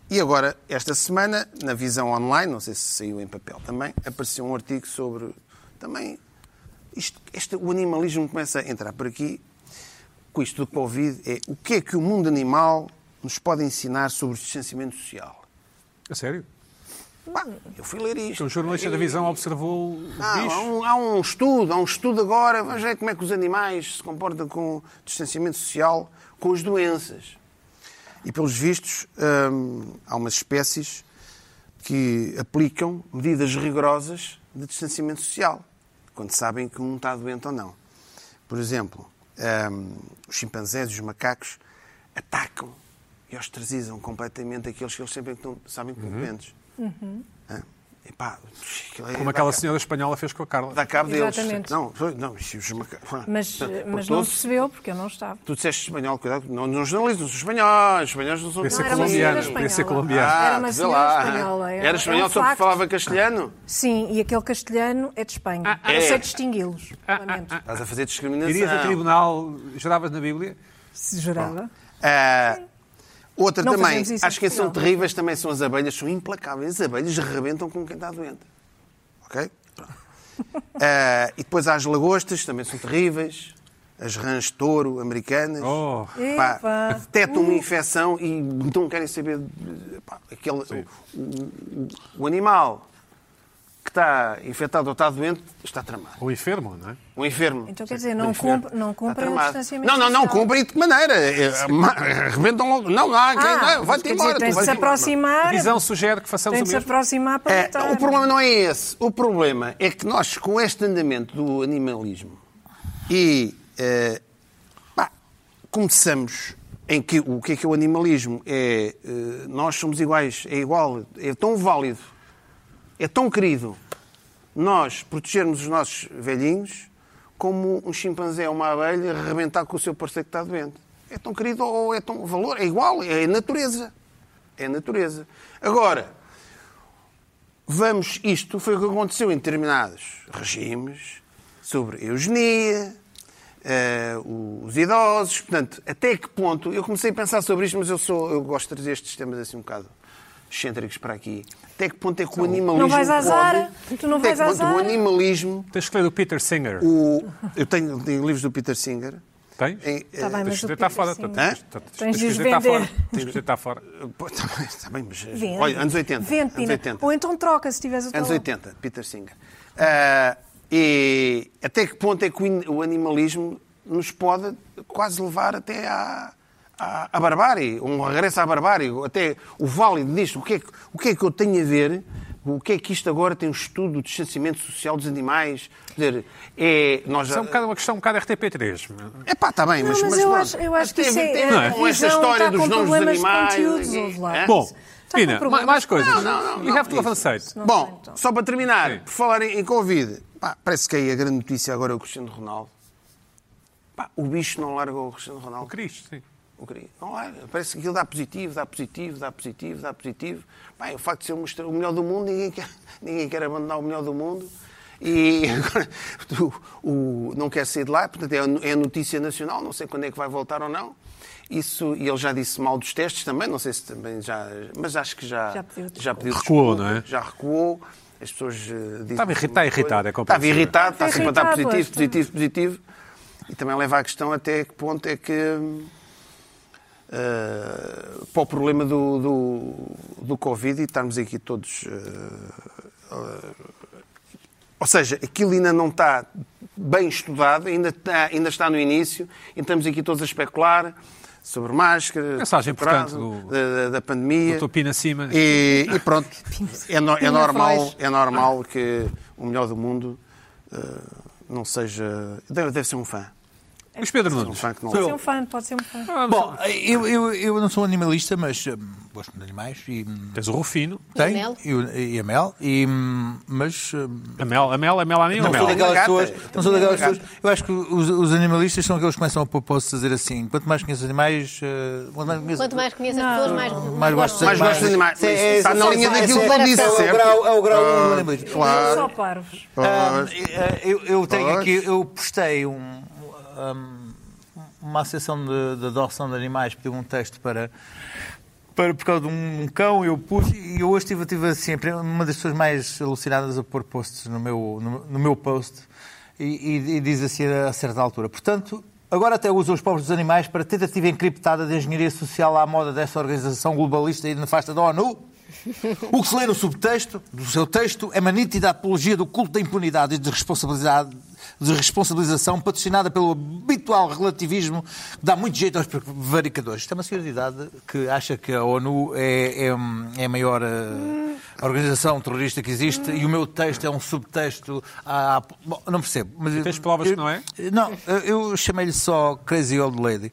[SPEAKER 2] E agora, esta semana, na visão online, não sei se saiu em papel também, apareceu um artigo sobre. Também. Isto, este, o animalismo começa a entrar por aqui, com isto do Covid, é o que é que o mundo animal nos pode ensinar sobre o distanciamento social?
[SPEAKER 1] A sério?
[SPEAKER 2] Pá, eu fui ler isto.
[SPEAKER 1] Um jornalista da visão observou os
[SPEAKER 4] Ah,
[SPEAKER 2] Não, há,
[SPEAKER 1] bichos.
[SPEAKER 2] um, há um estudo, há um estudo agora, vamos ver como é que os animais se comportam com o distanciamento social, com as doenças. E pelos vistos, hum, há umas espécies que aplicam medidas rigorosas de distanciamento social, quando sabem que um está doente ou não. Por exemplo, hum, os chimpanzés e os macacos atacam e ostracizam completamente aqueles que eles sempre estão- sabem que
[SPEAKER 1] Uhum.
[SPEAKER 2] estão doentes. Hã? Epá, aquilo é-
[SPEAKER 1] Como
[SPEAKER 2] dá
[SPEAKER 1] aquela
[SPEAKER 2] cá-
[SPEAKER 1] senhora espanhola fez com a Carla.
[SPEAKER 2] dá cabo deles.
[SPEAKER 4] Exatamente.
[SPEAKER 2] Não, foi- não, é mas os maca-
[SPEAKER 4] Mas,
[SPEAKER 2] Portanto,
[SPEAKER 4] mas não
[SPEAKER 2] portou-se-
[SPEAKER 4] percebeu, porque eu não estava.
[SPEAKER 2] Tu disseste espanhol, cuidado, não, não jornalistas, os espanhóis, os espanhóis não são
[SPEAKER 1] Esse é
[SPEAKER 4] era uma senhora
[SPEAKER 1] colombiano. Esse é
[SPEAKER 4] espanhola.
[SPEAKER 1] colombiano.
[SPEAKER 2] Ah,
[SPEAKER 4] Era uma
[SPEAKER 2] vê
[SPEAKER 4] senhora
[SPEAKER 2] lá.
[SPEAKER 4] espanhola, é-
[SPEAKER 2] Era espanhol
[SPEAKER 4] é um
[SPEAKER 2] só porque
[SPEAKER 4] facto.
[SPEAKER 2] falava castelhano?
[SPEAKER 4] Sim, e aquele castelhano é de Espanha.
[SPEAKER 1] Ah,
[SPEAKER 2] É.
[SPEAKER 4] Eu sei distingui-los. Lamento.
[SPEAKER 2] Estás a fazer discriminação.
[SPEAKER 1] Irias a tribunal, juravas na Bíblia?
[SPEAKER 4] Se jurava. Então,
[SPEAKER 2] Ah, outra
[SPEAKER 4] Não
[SPEAKER 2] também,
[SPEAKER 4] fazemos isso em
[SPEAKER 2] acho que são
[SPEAKER 4] Portugal.
[SPEAKER 2] terríveis também são as abelhas, são implacáveis. As abelhas rebentam com quem está doente. Ok? Pronto. Ah, e depois há as lagostas, também são terríveis. As rãs de touro americanas.
[SPEAKER 1] Oh.
[SPEAKER 2] Pá,
[SPEAKER 4] Epa. Uh.
[SPEAKER 2] detectam uma infecção e não querem saber. de- pá, aquele, o, o- o animal que está infectado ou está doente está tramado.
[SPEAKER 1] Ou enfermo, não é?
[SPEAKER 2] Um enfermo.
[SPEAKER 4] Então quer dizer, não, cumpre, não cumprem o
[SPEAKER 2] Está tramado.
[SPEAKER 4] distanciamento.
[SPEAKER 2] Não, não, não
[SPEAKER 4] social.
[SPEAKER 2] cumprem e de que maneira. É, ma- Arrebentam logo. Não, lá, quem,
[SPEAKER 4] Ah,
[SPEAKER 2] não, vai-te
[SPEAKER 4] quer
[SPEAKER 2] embora.
[SPEAKER 4] dizer,
[SPEAKER 2] tu
[SPEAKER 4] tens de
[SPEAKER 2] vais-te
[SPEAKER 4] se
[SPEAKER 2] embora.
[SPEAKER 1] A
[SPEAKER 4] aproximar.
[SPEAKER 1] visão sugere que façamos
[SPEAKER 4] Tem
[SPEAKER 1] o
[SPEAKER 4] de se
[SPEAKER 1] mesmo.
[SPEAKER 4] aproximar para
[SPEAKER 2] É,
[SPEAKER 4] lutar.
[SPEAKER 2] o problema não é esse. O problema é que nós, com este andamento do animalismo e eh, pá, começamos em que o que é que é o animalismo? É eh, nós somos iguais, é igual, é tão válido, é tão querido nós protegermos os nossos velhinhos como um chimpanzé ou uma abelha arrebentar com o seu parceiro que está doente. É tão querido ou é tão valor, é igual, é a natureza. É a natureza. Agora, vamos, isto foi o que aconteceu em determinados regimes sobre a eugenia, eh, os idosos, portanto, até que ponto, eu comecei a pensar sobre isto, mas eu sou, eu gosto de trazer estes temas assim um bocado excêntricos para aqui. Até que ponto é que o animalismo
[SPEAKER 4] Não vais à
[SPEAKER 2] pode-
[SPEAKER 4] Zara? Tu não
[SPEAKER 2] até
[SPEAKER 4] vais
[SPEAKER 2] que
[SPEAKER 4] à
[SPEAKER 2] ponto o
[SPEAKER 4] Zara?
[SPEAKER 2] animalismo,
[SPEAKER 1] Tens que ler o Peter Singer.
[SPEAKER 2] o... eu tenho, tenho livros do Peter Singer.
[SPEAKER 1] Tens?
[SPEAKER 2] Em- eh,
[SPEAKER 4] Está Tá bem,
[SPEAKER 1] Tens que
[SPEAKER 4] mas o Assim,
[SPEAKER 1] dizer está
[SPEAKER 4] Pedro,
[SPEAKER 1] fora.
[SPEAKER 4] sim.
[SPEAKER 1] portanto,
[SPEAKER 2] Hã?
[SPEAKER 1] tens- portanto,
[SPEAKER 4] Tens de
[SPEAKER 1] que
[SPEAKER 4] os
[SPEAKER 1] dizer está fora.
[SPEAKER 4] vender.
[SPEAKER 1] Tens que dizer está fora.
[SPEAKER 2] eh, Pô, Está bem, está bem, mas...
[SPEAKER 4] Vende.
[SPEAKER 2] Olha, anos 80.
[SPEAKER 4] Vende,
[SPEAKER 2] anos
[SPEAKER 4] Pina.
[SPEAKER 2] 80.
[SPEAKER 4] Ou então troca se tiveres o teu
[SPEAKER 2] Anos 80, Peter Singer. Ah, e até que ponto é que o in- o animalismo nos pode quase levar até à, à, à barbárie, um regresso à barbárie, até o válido disto, o que, é que, o que é que eu tenho a ver, o que é que isto agora tem um estudo do distanciamento social dos animais, quer dizer, é, nós
[SPEAKER 1] Isso é um bocado uma questão um bocado RTP3.
[SPEAKER 2] É pá, está bem,
[SPEAKER 4] Não,
[SPEAKER 2] mas,
[SPEAKER 4] mas,
[SPEAKER 2] mas
[SPEAKER 4] eu,
[SPEAKER 2] pronto.
[SPEAKER 4] acho, eu acho que
[SPEAKER 2] Tem a
[SPEAKER 4] isso
[SPEAKER 2] ver-
[SPEAKER 4] é,
[SPEAKER 2] tem-
[SPEAKER 4] a
[SPEAKER 2] com esta
[SPEAKER 4] visão
[SPEAKER 2] história
[SPEAKER 4] está
[SPEAKER 2] dos
[SPEAKER 4] com
[SPEAKER 2] nomes dos
[SPEAKER 4] problemas de
[SPEAKER 2] animais. é,
[SPEAKER 4] conteúdos,
[SPEAKER 2] e-
[SPEAKER 4] ouve lá.
[SPEAKER 2] Hã?
[SPEAKER 1] Bom,
[SPEAKER 4] Está com
[SPEAKER 1] Pina,
[SPEAKER 4] problemas.
[SPEAKER 1] ma- mais coisas.
[SPEAKER 2] Não, não, não,
[SPEAKER 1] You have to
[SPEAKER 2] não,
[SPEAKER 1] avançar.
[SPEAKER 4] Não sei,
[SPEAKER 2] Bom,
[SPEAKER 4] então.
[SPEAKER 2] só para terminar,
[SPEAKER 1] Sim.
[SPEAKER 2] por falar em, em Covid, pá, parece que aí a grande notícia agora é o Cristiano Ronaldo. Pá, o bicho não largou o Cristiano Ronaldo.
[SPEAKER 1] O Cris, sim.
[SPEAKER 2] O Cri- Não larga. Parece que aquilo dá positivo, dá positivo, dá positivo, dá positivo. Pá, o facto de ser uma estrela- o melhor do mundo, ninguém quer, ninguém quer abandonar o melhor do mundo. E agora o, o- não quer sair de lá, portanto é, a no- é a notícia nacional, não sei quando é que vai voltar ou não. Isso, e ele já disse mal dos testes também, não sei se também já. Mas acho que já,
[SPEAKER 4] Já pediu
[SPEAKER 2] já pediu
[SPEAKER 1] Recuou,
[SPEAKER 2] desculpa,
[SPEAKER 1] não é?
[SPEAKER 2] Já recuou. As pessoas eh, dizem.
[SPEAKER 1] Estava irri- está irritado, é
[SPEAKER 2] Estava
[SPEAKER 1] compreensível.
[SPEAKER 2] irritado, está sempre a dar
[SPEAKER 4] irritado,
[SPEAKER 2] positivo,
[SPEAKER 4] está.
[SPEAKER 2] positivo, positivo. E também leva à questão até que ponto é que. hum, eh, para o problema do, do, do Covid e estarmos aqui todos. eh, eh, ou seja, aquilo ainda não está bem estudado, ainda está, ainda está no início, e estamos aqui todos a especular sobre máscara,
[SPEAKER 1] Mensagem
[SPEAKER 2] sobre atraso,
[SPEAKER 1] importante do-
[SPEAKER 2] da, da- da pandemia.
[SPEAKER 1] Dr. Pina Cima.
[SPEAKER 2] E, e pronto, é, no- é
[SPEAKER 3] Pina
[SPEAKER 2] normal,
[SPEAKER 3] Freud.
[SPEAKER 2] é normal que o melhor do mundo eh, não seja. Deve, deve ser um fã.
[SPEAKER 1] Luís Pedro
[SPEAKER 2] Um
[SPEAKER 1] Nunes.
[SPEAKER 2] fã que não.
[SPEAKER 4] Pode ser um fã, pode ser um fã.
[SPEAKER 1] Ah,
[SPEAKER 5] Bom, eu, eu, eu não sou animalista, mas hum, gosto de animais e hum,
[SPEAKER 1] Tens o Rufino.
[SPEAKER 5] tenho.
[SPEAKER 3] mel?
[SPEAKER 5] E, o- e a mel. E, hum, mas hum,
[SPEAKER 1] A Mel, a Mel, a Mel, a mim, a
[SPEAKER 5] não
[SPEAKER 1] Mel.
[SPEAKER 5] sou daquelas
[SPEAKER 2] Gata.
[SPEAKER 5] pessoas. Não sou daquelas
[SPEAKER 2] Gata.
[SPEAKER 5] pessoas. Eu acho que os, os animalistas são aqueles que começam a propósito dizer assim: quanto mais conheço animais, eh, quanto mais conheço.
[SPEAKER 3] Quanto mais conheço as pessoas, mais,
[SPEAKER 5] mais gosto de
[SPEAKER 2] Mais gosto de animais.
[SPEAKER 5] Sim, é-
[SPEAKER 2] Está na
[SPEAKER 5] sim,
[SPEAKER 2] linha
[SPEAKER 5] sim,
[SPEAKER 2] daquilo
[SPEAKER 5] sim,
[SPEAKER 2] que eu disse,
[SPEAKER 5] É o
[SPEAKER 2] certo?
[SPEAKER 5] grau, é o grau do animalismo.
[SPEAKER 4] Só parvos.
[SPEAKER 5] Ah, eu, eu tenho
[SPEAKER 2] Pois.
[SPEAKER 5] aqui, eu postei um, um, uma associação de, de adoção de animais, pediu um texto para, para por causa de um cão, eu pus, e eu hoje estive, estive assim, uma das pessoas mais alucinadas a pôr posts no meu, no, no meu post, e, e- e diz assim a certa altura. Portanto, agora até usam os pobres dos animais para tentativa encriptada de engenharia social à moda dessa organização globalista e nefasta da ONU. O que se lê no subtexto do seu texto é uma nítida apologia do culto da impunidade e de responsabilidade de responsabilização patrocinada pelo habitual relativismo que dá muito jeito aos prevaricadores. Isto é uma senhora de idade que acha que a ONU é, é, hum, é a maior eh, organização terrorista que existe e o meu texto é um subtexto à... Bom, não percebo. Mas,
[SPEAKER 1] tens palavras que não é?
[SPEAKER 5] não, eu eu chamei-lhe só Crazy Old Lady.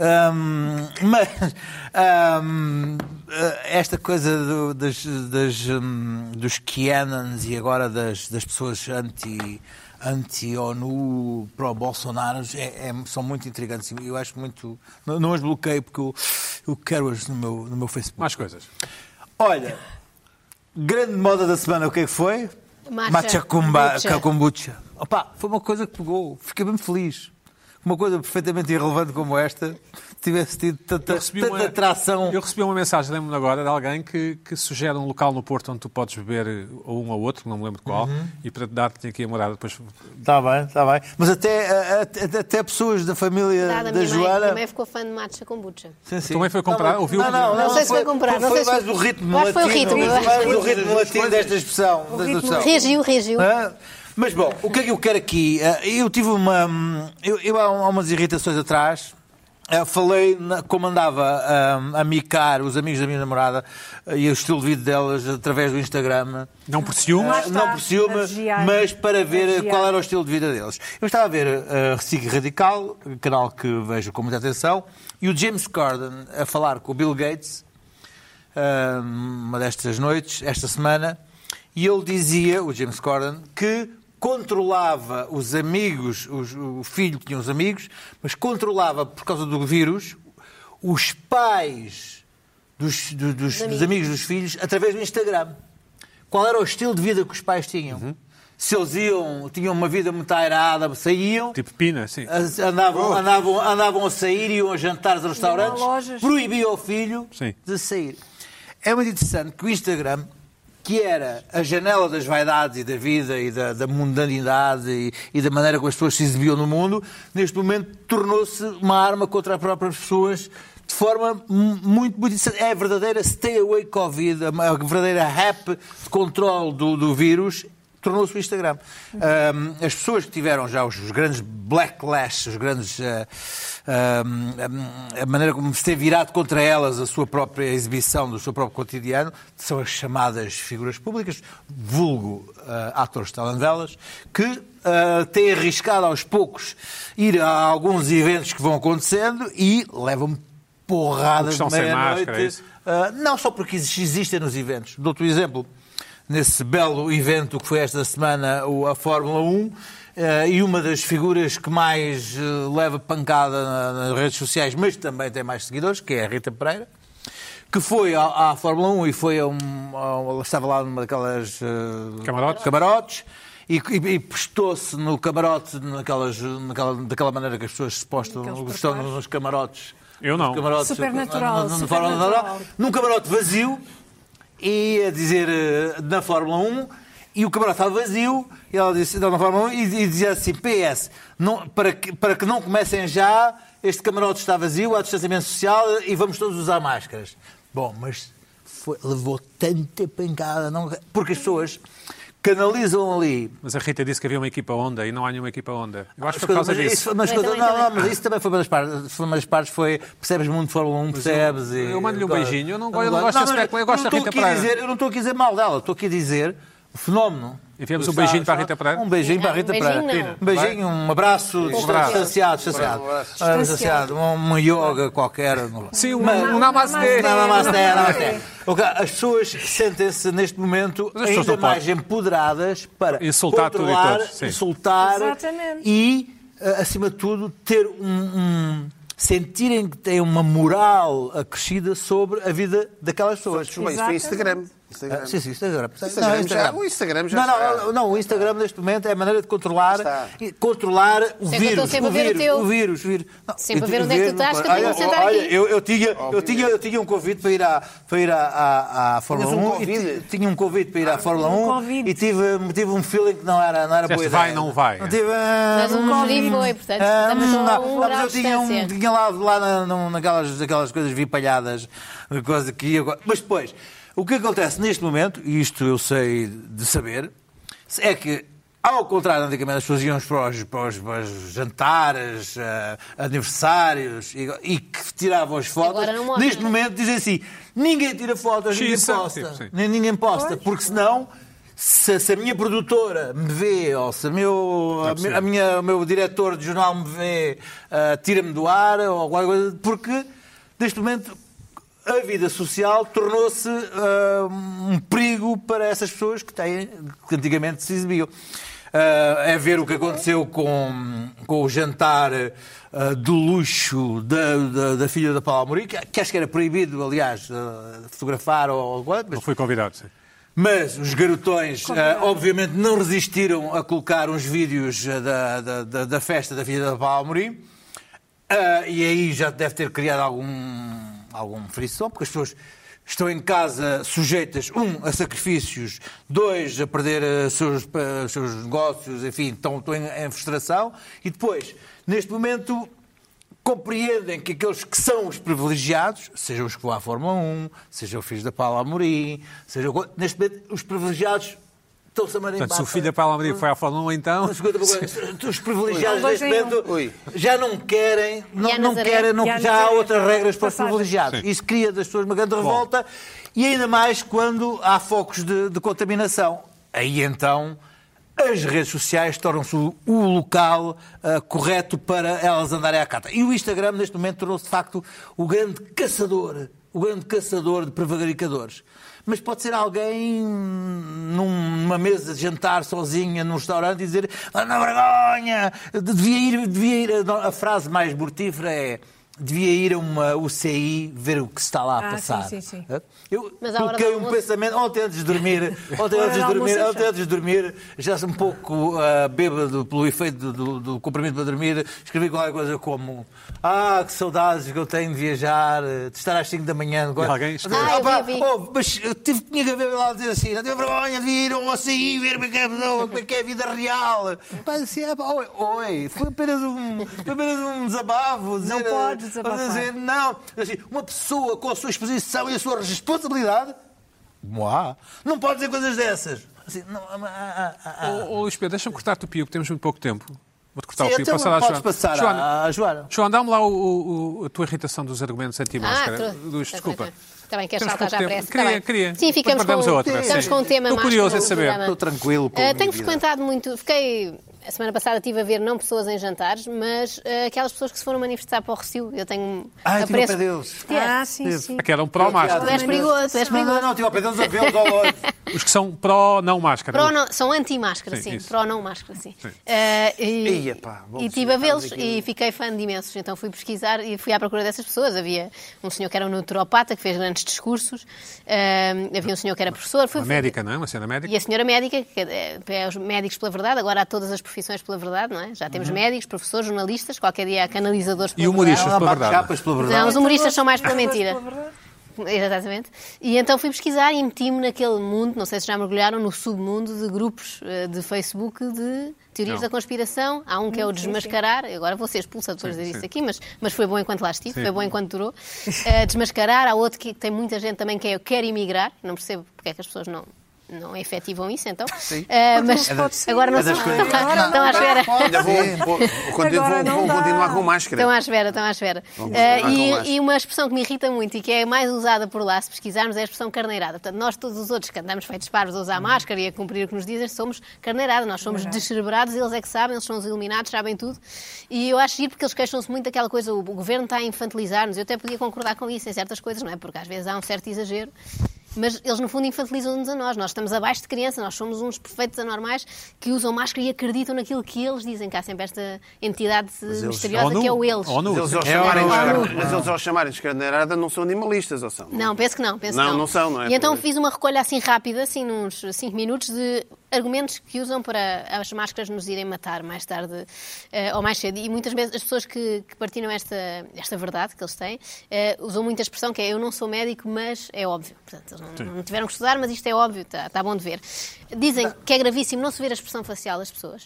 [SPEAKER 5] Ahm, mas ahm, esta coisa do- das, das, hum, dos Kianans e agora das, das pessoas anti- anti-ONU, pró-Bolsonaro, é- é- são muito intrigantes. e Eu acho muito. Não, não as bloqueio porque eu, eu quero-as no meu, no meu Facebook.
[SPEAKER 1] Mais coisas.
[SPEAKER 5] Olha, grande moda da semana, o que é que foi?
[SPEAKER 3] Matcha.
[SPEAKER 5] cumba,
[SPEAKER 3] Kombucha.
[SPEAKER 5] kombucha. Opa, foi uma coisa que pegou. Fiquei bem feliz. Uma coisa perfeitamente irrelevante como esta tivesse tido tanta,
[SPEAKER 1] Eu recebi
[SPEAKER 5] tanta
[SPEAKER 1] uma-
[SPEAKER 5] atração.
[SPEAKER 1] Eu recebi uma mensagem, lembro-me agora, de alguém que, que sugere um local no Porto onde tu podes beber eh, ou um ou outro, não me lembro qual,
[SPEAKER 5] Uhum.
[SPEAKER 1] e para te dar-te aqui a morada. Depois
[SPEAKER 5] Está Tá bem, está bem. Mas até, a- a- até, até pessoas da família
[SPEAKER 3] Dada,
[SPEAKER 5] da,
[SPEAKER 3] a minha mãe,
[SPEAKER 5] Joana.
[SPEAKER 3] minha mãe ficou fã de matcha kombucha.
[SPEAKER 5] Sim, sim.
[SPEAKER 1] Também foi comprar,
[SPEAKER 5] Não,
[SPEAKER 1] ouviu?
[SPEAKER 5] Não, não,
[SPEAKER 1] Não
[SPEAKER 5] não,
[SPEAKER 3] sei se foi comprar, não sei
[SPEAKER 5] Foi,
[SPEAKER 3] se-
[SPEAKER 5] mais o ritmo
[SPEAKER 3] Eu acho que foi o
[SPEAKER 5] latino.
[SPEAKER 3] ritmo, eu acho que
[SPEAKER 5] mais
[SPEAKER 3] foi
[SPEAKER 5] o
[SPEAKER 3] o
[SPEAKER 5] ritmo latino desta expressão. desta
[SPEAKER 4] ritmo
[SPEAKER 5] expressão.
[SPEAKER 3] Regiu, regiu.
[SPEAKER 5] Ah, Mas bom, o que é que eu quero aqui? Ah, Eu tive uma. hum, Eu, eu há há umas irritações atrás. ah, Falei na- como andava ah, a micar os amigos da minha namorada ah, e o estilo de vida delas através do Instagram.
[SPEAKER 1] não por ciúmes.
[SPEAKER 4] Lá
[SPEAKER 5] Ah,
[SPEAKER 4] está,
[SPEAKER 5] não por ciúme,
[SPEAKER 4] a vigiar.
[SPEAKER 5] mas para
[SPEAKER 4] A
[SPEAKER 5] ver
[SPEAKER 4] vigiar.
[SPEAKER 5] qual era o estilo de vida deles. Eu estava a ver a Recife Radical, canal que vejo com muita atenção, e o James Corden a falar com o Bill Gates, ah, uma destas noites, esta semana, e ele dizia, o James Corden, que controlava os amigos, os- o filho tinha os amigos, mas controlava, por causa do vírus, os pais dos, do- dos- dos amigos. dos filhos através do Instagram. Qual era o estilo de vida que os pais tinham? Se eles iam, tinham uma vida muito airada, saíam,
[SPEAKER 1] Tipo Pina, sim.
[SPEAKER 5] as- andavam, andavam, andavam a sair, iam a jantares a restaurantes,
[SPEAKER 4] Iam a lojas.
[SPEAKER 5] proibia o filho
[SPEAKER 1] Sim.
[SPEAKER 5] de sair. É muito interessante que o Instagram, que era a janela das vaidades e da vida e da, da mundanidade e, e da maneira como as pessoas se exibiam no mundo, neste momento tornou-se uma arma contra as próprias pessoas de forma mu- muito, muito interessante. É a verdadeira stay away Covid, a ma- a verdadeira app de controle do, do vírus tornou-se o Instagram. Ahm, as pessoas que tiveram já os, os grandes blacklash, os grandes. ah, ahm, ahm, a maneira como se tem virado contra elas a sua própria exibição do seu próprio cotidiano, são as chamadas figuras públicas, vulgo ah, atores de telenovelas, que ah, têm arriscado aos poucos ir a alguns eventos que vão acontecendo e levam porradas
[SPEAKER 1] Estão
[SPEAKER 5] de
[SPEAKER 1] sem
[SPEAKER 5] meia-noite.
[SPEAKER 1] máscara, é isso?
[SPEAKER 5] Uh, não só porque exi- existem nos eventos. Dou-te um exemplo. Nesse belo evento que foi esta semana o- a Fórmula 1, uh, e uma das figuras que mais uh, leva pancada na- nas redes sociais, mas também tem mais seguidores, que é a Rita Pereira, que foi à, à Fórmula 1 e foi a um, a- ela estava lá numa daquelas uh,
[SPEAKER 1] Camarotes.
[SPEAKER 5] camarotes e, e- e postou-se no camarote naquelas, naquela, daquela maneira que as pessoas se postam,
[SPEAKER 4] Aqueles
[SPEAKER 5] estão
[SPEAKER 4] preparos.
[SPEAKER 5] nos camarotes.
[SPEAKER 1] Eu não.
[SPEAKER 5] Nos camarotes,
[SPEAKER 4] Supernatural,
[SPEAKER 5] não- não- não-
[SPEAKER 4] supernatural.
[SPEAKER 5] num camarote vazio e a dizer eh, na Fórmula 1 E o camarada estava vazio, e ela disse, Dona Romão, e, e dizia assim, PS, não- para, que, para que não comecem já, este camarote está vazio, há distanciamento social e vamos todos usar máscaras. Bom, mas foi- levou tanta pancada, não, porque as pessoas canalizam ali
[SPEAKER 1] Mas a Rita disse que havia uma equipa onda e não há nenhuma equipa onda. Eu acho que foi por
[SPEAKER 5] Mas
[SPEAKER 1] causa
[SPEAKER 5] coisa- mas
[SPEAKER 1] disso.
[SPEAKER 5] Isso, mas
[SPEAKER 3] Também,
[SPEAKER 5] coisa-
[SPEAKER 3] também,
[SPEAKER 5] não, não,
[SPEAKER 3] também.
[SPEAKER 5] mas isso também foi uma das partes. Foi uma das partes foi, percebes muito Fórmula 1, percebes. e-
[SPEAKER 1] eu mando-lhe um
[SPEAKER 5] claro.
[SPEAKER 1] beijinho, eu não gosto- eu não gosto desse
[SPEAKER 5] mas
[SPEAKER 1] especulo, eu gosto
[SPEAKER 5] não
[SPEAKER 1] da
[SPEAKER 5] estou
[SPEAKER 1] Rita
[SPEAKER 5] aqui a
[SPEAKER 1] Pereira.
[SPEAKER 5] dizer- Eu não estou aqui a dizer mal dela, estou aqui a dizer o fenómeno.
[SPEAKER 1] Enviamos um
[SPEAKER 5] Está-
[SPEAKER 1] beijinho para a
[SPEAKER 5] está-
[SPEAKER 1] Rita Pereira?
[SPEAKER 5] Um beijinho para a Rita
[SPEAKER 3] Não, um beijinho
[SPEAKER 5] Pereira.
[SPEAKER 3] não.
[SPEAKER 5] Um beijinho, um
[SPEAKER 1] abraço.
[SPEAKER 5] abraço
[SPEAKER 1] Um
[SPEAKER 5] distanciado, distanciado. Ah, distanciado. Uma yoga qualquer. não-
[SPEAKER 1] Sim, um,
[SPEAKER 5] Mas-
[SPEAKER 1] um namastê.
[SPEAKER 5] não, não, não, não, não, não. Ok, As pessoas sentem-se neste momento
[SPEAKER 1] as pessoas
[SPEAKER 5] ainda
[SPEAKER 1] não podem.
[SPEAKER 5] mais empoderadas para
[SPEAKER 1] Insultar tudo e
[SPEAKER 5] controlar,
[SPEAKER 1] todos, sim.
[SPEAKER 5] insultar
[SPEAKER 4] Exatamente.
[SPEAKER 5] e, eh, acima de tudo, ter um, um- sentirem que têm uma moral acrescida sobre a vida daquelas pessoas.
[SPEAKER 2] Bem, isso foi Instagram. Instagram.
[SPEAKER 5] Ah, Sim, sim, Instagram.
[SPEAKER 2] Instagram
[SPEAKER 5] Não,
[SPEAKER 2] já- o Instagram já
[SPEAKER 5] não,
[SPEAKER 2] está.
[SPEAKER 5] não, não, o Instagram neste momento é a maneira de controlar,
[SPEAKER 2] Está.
[SPEAKER 5] e controlar o
[SPEAKER 3] Sei que eu estou
[SPEAKER 5] vírus.
[SPEAKER 3] sempre
[SPEAKER 5] o
[SPEAKER 3] a ver o
[SPEAKER 5] vírus,
[SPEAKER 3] teu.
[SPEAKER 5] o vírus, o vírus. Não,
[SPEAKER 3] Sempre
[SPEAKER 5] eu
[SPEAKER 3] a ver
[SPEAKER 5] tive
[SPEAKER 3] onde é que tu estás, que eu tenho que me
[SPEAKER 5] Olha,
[SPEAKER 3] sentar
[SPEAKER 5] olha,
[SPEAKER 3] aqui.
[SPEAKER 5] eu, eu tinha, eu, tinha, eu tinha um convite para ir à, para ir à, à, à Fórmula
[SPEAKER 2] Tinhas um
[SPEAKER 5] 1. e
[SPEAKER 2] convite? Ah,
[SPEAKER 5] ti- tinha um convite para ir à Fórmula
[SPEAKER 4] um
[SPEAKER 5] 1
[SPEAKER 4] convite.
[SPEAKER 5] e tive, tive um feeling que não era, não era boa
[SPEAKER 1] Disseste,
[SPEAKER 5] ideia.
[SPEAKER 1] vai, não vai.
[SPEAKER 5] Não tive, um
[SPEAKER 3] Mas o Covid foi, portanto,
[SPEAKER 5] ah,
[SPEAKER 3] estamos
[SPEAKER 5] não,
[SPEAKER 3] só a um
[SPEAKER 5] não,
[SPEAKER 3] grau
[SPEAKER 5] mas
[SPEAKER 3] de
[SPEAKER 5] eu tinha, um,
[SPEAKER 3] distância.
[SPEAKER 5] tinha lá, lá na- na- naquelas, naquelas coisas vipalhadas, coisa que ia. Mas depois, o que acontece neste momento, e isto eu sei de saber, é que, ao contrário, antigamente as pessoas iam para os, para os- para os jantares, ah, aniversários, e, e que tiravam as fotos.
[SPEAKER 3] Agora não é? mostram.
[SPEAKER 5] Neste momento dizem assim: ninguém tira fotos, ninguém
[SPEAKER 1] Xiça,
[SPEAKER 5] posta.
[SPEAKER 1] tipo, sim.
[SPEAKER 5] Nem ninguém posta, porque senão, se, se a minha produtora me vê, ou se a meu, a mi- a minha, o meu diretor de jornal me vê, ah, tira-me do ar, ou alguma coisa, porque neste momento a vida social tornou-se ah, um perigo para essas pessoas que, têm, que antigamente se exibiam. Ah, é ver o que aconteceu com, com o jantar ah, do luxo da, da, da filha da Paula Amorim, que, que acho que era proibido, aliás, ah, fotografar ou algo mas
[SPEAKER 1] Não fui convidado, sim.
[SPEAKER 5] mas os garotões, ah, obviamente, não resistiram a colocar uns vídeos ah, da, da- da- da festa da filha da Paula Amorim. Ah, e aí já deve ter criado algum, algum frição, porque as pessoas estão em casa sujeitas, um, a sacrifícios, dois, a perder ah, seus, pa- os seus negócios, enfim, estão, estão em, em frustração. E depois, neste momento, compreendem que aqueles que são os privilegiados, sejam os que vão à Fórmula 1, sejam os filhos da Paula Amorim, sejam... Neste momento, os privilegiados estão-se a marimbar.
[SPEAKER 1] Portanto, se o filho da Paula Amorim foi à Fórmula 1, então...
[SPEAKER 5] Mas escuta uma coisa, Os privilegiados
[SPEAKER 4] Ui.
[SPEAKER 5] neste momento
[SPEAKER 2] Ui.
[SPEAKER 5] já não querem, não,
[SPEAKER 3] a
[SPEAKER 5] não
[SPEAKER 3] Nazaré?
[SPEAKER 5] querem, não,
[SPEAKER 4] E a
[SPEAKER 5] já há
[SPEAKER 4] Nazaré?
[SPEAKER 5] outras regras para os
[SPEAKER 4] Passagem.
[SPEAKER 5] privilegiados. Isso cria das pessoas uma grande revolta e ainda mais quando há focos de, de contaminação. Aí então as redes sociais tornam-se o, o local ah, correto para elas andarem à cata. E o Instagram neste momento tornou-se de facto o grande caçador, o grande caçador de prevaricadores. Mas pode ser alguém num- numa mesa de jantar sozinha num restaurante e dizer "Ah, na vergonha, devia ir, devia ir. A no- A frase mais mortífera é devia ir a uma UCI ver o que se está lá a
[SPEAKER 4] Ah,
[SPEAKER 5] passar.
[SPEAKER 4] sim, sim, sim.
[SPEAKER 5] Eu
[SPEAKER 3] Mas à hora do
[SPEAKER 5] coloquei um
[SPEAKER 3] almoço-
[SPEAKER 5] pensamento, ontem antes de dormir, ontem
[SPEAKER 4] Hora
[SPEAKER 5] antes de
[SPEAKER 4] do
[SPEAKER 5] dormir,
[SPEAKER 4] almoço, é
[SPEAKER 5] ontem antes de dormir, já um pouco ah, bêbado pelo efeito do, do, do comprimido para dormir, escrevi qualquer coisa como Ah, que saudades que eu tenho de viajar, de estar às 5 da manhã. agora."
[SPEAKER 1] alguém escreveu.
[SPEAKER 3] Ah, eu
[SPEAKER 5] Opa,
[SPEAKER 3] vi, vi.
[SPEAKER 5] oh, mas eu tive, tinha que haver lá dizer assim, não tenho vergonha de ir ou assim, ver como é que é, não, como é, que é a vida real. Mas assim, ah, pá, oi, oi, foi apenas um, foi apenas um desabafo. Dizer, ah,
[SPEAKER 4] podes desabafar.
[SPEAKER 5] dizer, não, assim, uma pessoa com a sua exposição e a sua responsabilidade, Moá, não pode dizer coisas dessas. Assim, não, ah, ah, ah, ah.
[SPEAKER 1] Ô, ô, Luís Pedro, deixa-me cortar-te o pio, que temos muito pouco tempo. Vou-te cortar
[SPEAKER 5] Sim,
[SPEAKER 1] o pio,
[SPEAKER 5] então
[SPEAKER 1] passar à
[SPEAKER 5] podes
[SPEAKER 1] Joana.
[SPEAKER 5] passar
[SPEAKER 1] Joana,
[SPEAKER 5] à Joana.
[SPEAKER 1] João, dá-me lá o- o- o- a tua irritação dos argumentos anti-máscara.
[SPEAKER 3] Ah, tu-
[SPEAKER 1] Luís,
[SPEAKER 3] tá,
[SPEAKER 1] desculpa.
[SPEAKER 3] tá, tá. Tá bem, queres
[SPEAKER 1] Temos
[SPEAKER 3] saltar
[SPEAKER 1] pouco
[SPEAKER 3] já
[SPEAKER 1] tempo.
[SPEAKER 3] pressa? Tá
[SPEAKER 1] Queria,
[SPEAKER 3] bem.
[SPEAKER 1] queria.
[SPEAKER 3] Sim, ficamos
[SPEAKER 1] Depois perdemos
[SPEAKER 3] com,
[SPEAKER 1] a outra,
[SPEAKER 3] estamos
[SPEAKER 1] sim.
[SPEAKER 3] com o tema
[SPEAKER 1] Estou
[SPEAKER 3] máscara
[SPEAKER 1] curioso em
[SPEAKER 3] no
[SPEAKER 1] saber.
[SPEAKER 3] programa.
[SPEAKER 5] Estou tranquilo com a
[SPEAKER 3] Ah,
[SPEAKER 5] minha
[SPEAKER 3] Tenho
[SPEAKER 5] vida.
[SPEAKER 3] frequentado muito... Fiquei... A semana passada estive a ver não pessoas em jantares, mas ah, aquelas pessoas que se foram manifestar para o Recio. Eu tenho um
[SPEAKER 5] Ah,
[SPEAKER 1] um
[SPEAKER 5] eu estive ao
[SPEAKER 3] apreço...
[SPEAKER 5] pé deles.
[SPEAKER 4] Ah, sim, sim.
[SPEAKER 1] Aqui um eram pró-máscara.
[SPEAKER 3] Tu és perigoso, tu és
[SPEAKER 5] Não, não,
[SPEAKER 3] perigoso.
[SPEAKER 5] não, estive ao pé deles a vê-los ao longe.
[SPEAKER 1] Os que são pró-não máscara.
[SPEAKER 3] Pró não- são anti-máscara,
[SPEAKER 1] Sim,
[SPEAKER 3] sim.
[SPEAKER 1] isso.
[SPEAKER 3] Pró não máscara, sim.
[SPEAKER 1] Sim.
[SPEAKER 3] Eh, e
[SPEAKER 2] Ia, pá, bom,
[SPEAKER 3] e tive a
[SPEAKER 2] estamos
[SPEAKER 3] vê-los
[SPEAKER 2] aqui.
[SPEAKER 3] e fiquei fã de imensos. Então fui pesquisar e fui à procura dessas pessoas. Havia um senhor que era um naturopata, que fez grandes discursos. Eh, havia um senhor que era professor. Fui,
[SPEAKER 1] Uma médica, não é? Uma cena médica.
[SPEAKER 3] e a senhora médica, que é é os médicos pela verdade, agora há todas as profissões pela verdade, não é? Já temos médicos, professores, jornalistas, qualquer dia há canalizadores pela
[SPEAKER 1] Uhum. E humoristas.
[SPEAKER 3] verdade.
[SPEAKER 1] pela
[SPEAKER 5] bate
[SPEAKER 1] verdade.
[SPEAKER 5] capas pela verdade.
[SPEAKER 3] Não, os humoristas são mais pela
[SPEAKER 4] Mas,
[SPEAKER 3] mentira.
[SPEAKER 4] pela verdade,
[SPEAKER 3] Exatamente. E então fui pesquisar e meti-me naquele mundo, não sei se já mergulharam, no submundo de grupos eh, de Facebook de teorias
[SPEAKER 1] Não.
[SPEAKER 3] da conspiração. Há um que é o
[SPEAKER 4] Sim, sim.
[SPEAKER 3] desmascarar, agora vou ser expulsa depois de dizer isso
[SPEAKER 1] sim.
[SPEAKER 3] aqui, mas, mas foi bom enquanto lá estive,
[SPEAKER 1] Sim.
[SPEAKER 3] foi bom enquanto durou. Eh, desmascarar, há outro que tem muita gente também que é eu quero emigrar, não percebo porque é que as pessoas não. Não efetivam isso, então. Eh, mas
[SPEAKER 4] Não pode ser.
[SPEAKER 3] agora não
[SPEAKER 5] É
[SPEAKER 3] são.
[SPEAKER 5] das coisas-
[SPEAKER 3] Estão à espera.
[SPEAKER 2] Ainda vou, vou- vou continu-
[SPEAKER 4] Agora
[SPEAKER 2] vou-
[SPEAKER 4] não
[SPEAKER 2] vou
[SPEAKER 4] dá.
[SPEAKER 2] continuar com máscara.
[SPEAKER 3] Estão à espera, estão à espera.
[SPEAKER 2] Vamos lá,
[SPEAKER 3] Eh, e-
[SPEAKER 2] com mais.
[SPEAKER 3] e, uma expressão que me irrita muito e que é mais usada por lá, se pesquisarmos, é a expressão carneirada. Portanto, nós todos os outros que andamos feitos parvos a
[SPEAKER 2] Uhum.
[SPEAKER 3] usar máscara e a cumprir o que nos dizem, somos carneirada. Nós somos descerebrados, eles é que sabem, eles são os iluminados, sabem tudo. E eu acho giro porque eles queixam-se muito daquela coisa, o governo está a infantilizar-nos. Eu até podia concordar com isso em certas coisas, não é? Porque às vezes há um certo exagero. Mas eles, no fundo, infantilizam-nos a nós. Nós estamos abaixo de criança, nós somos uns perfeitos anormais que usam máscara e acreditam naquilo que eles dizem, que há sempre esta entidade misteriosa
[SPEAKER 1] ONU,
[SPEAKER 3] que é o eles.
[SPEAKER 1] ONU.
[SPEAKER 2] Mas eles, ao
[SPEAKER 1] É
[SPEAKER 5] um
[SPEAKER 2] chamarem
[SPEAKER 1] o-
[SPEAKER 2] escar- mas eles ao chamarem escarneirada não são animalistas, ou são?
[SPEAKER 3] Não, penso que não. Penso
[SPEAKER 2] Não,
[SPEAKER 3] que não.
[SPEAKER 2] não são, não é?
[SPEAKER 3] E então
[SPEAKER 2] Pois.
[SPEAKER 3] fiz uma recolha assim rápida, assim, nos 5 minutos, de argumentos que usam para as máscaras nos irem matar mais tarde eh, ou mais cedo. E muitas vezes as pessoas que, que partilham esta, esta verdade que eles têm eh, usam muita expressão que é eu não sou médico, mas é óbvio. Portanto, eles não, não tiveram que estudar, mas isto é óbvio, está tá bom de ver. Dizem que é gravíssimo não se ver a expressão facial das pessoas.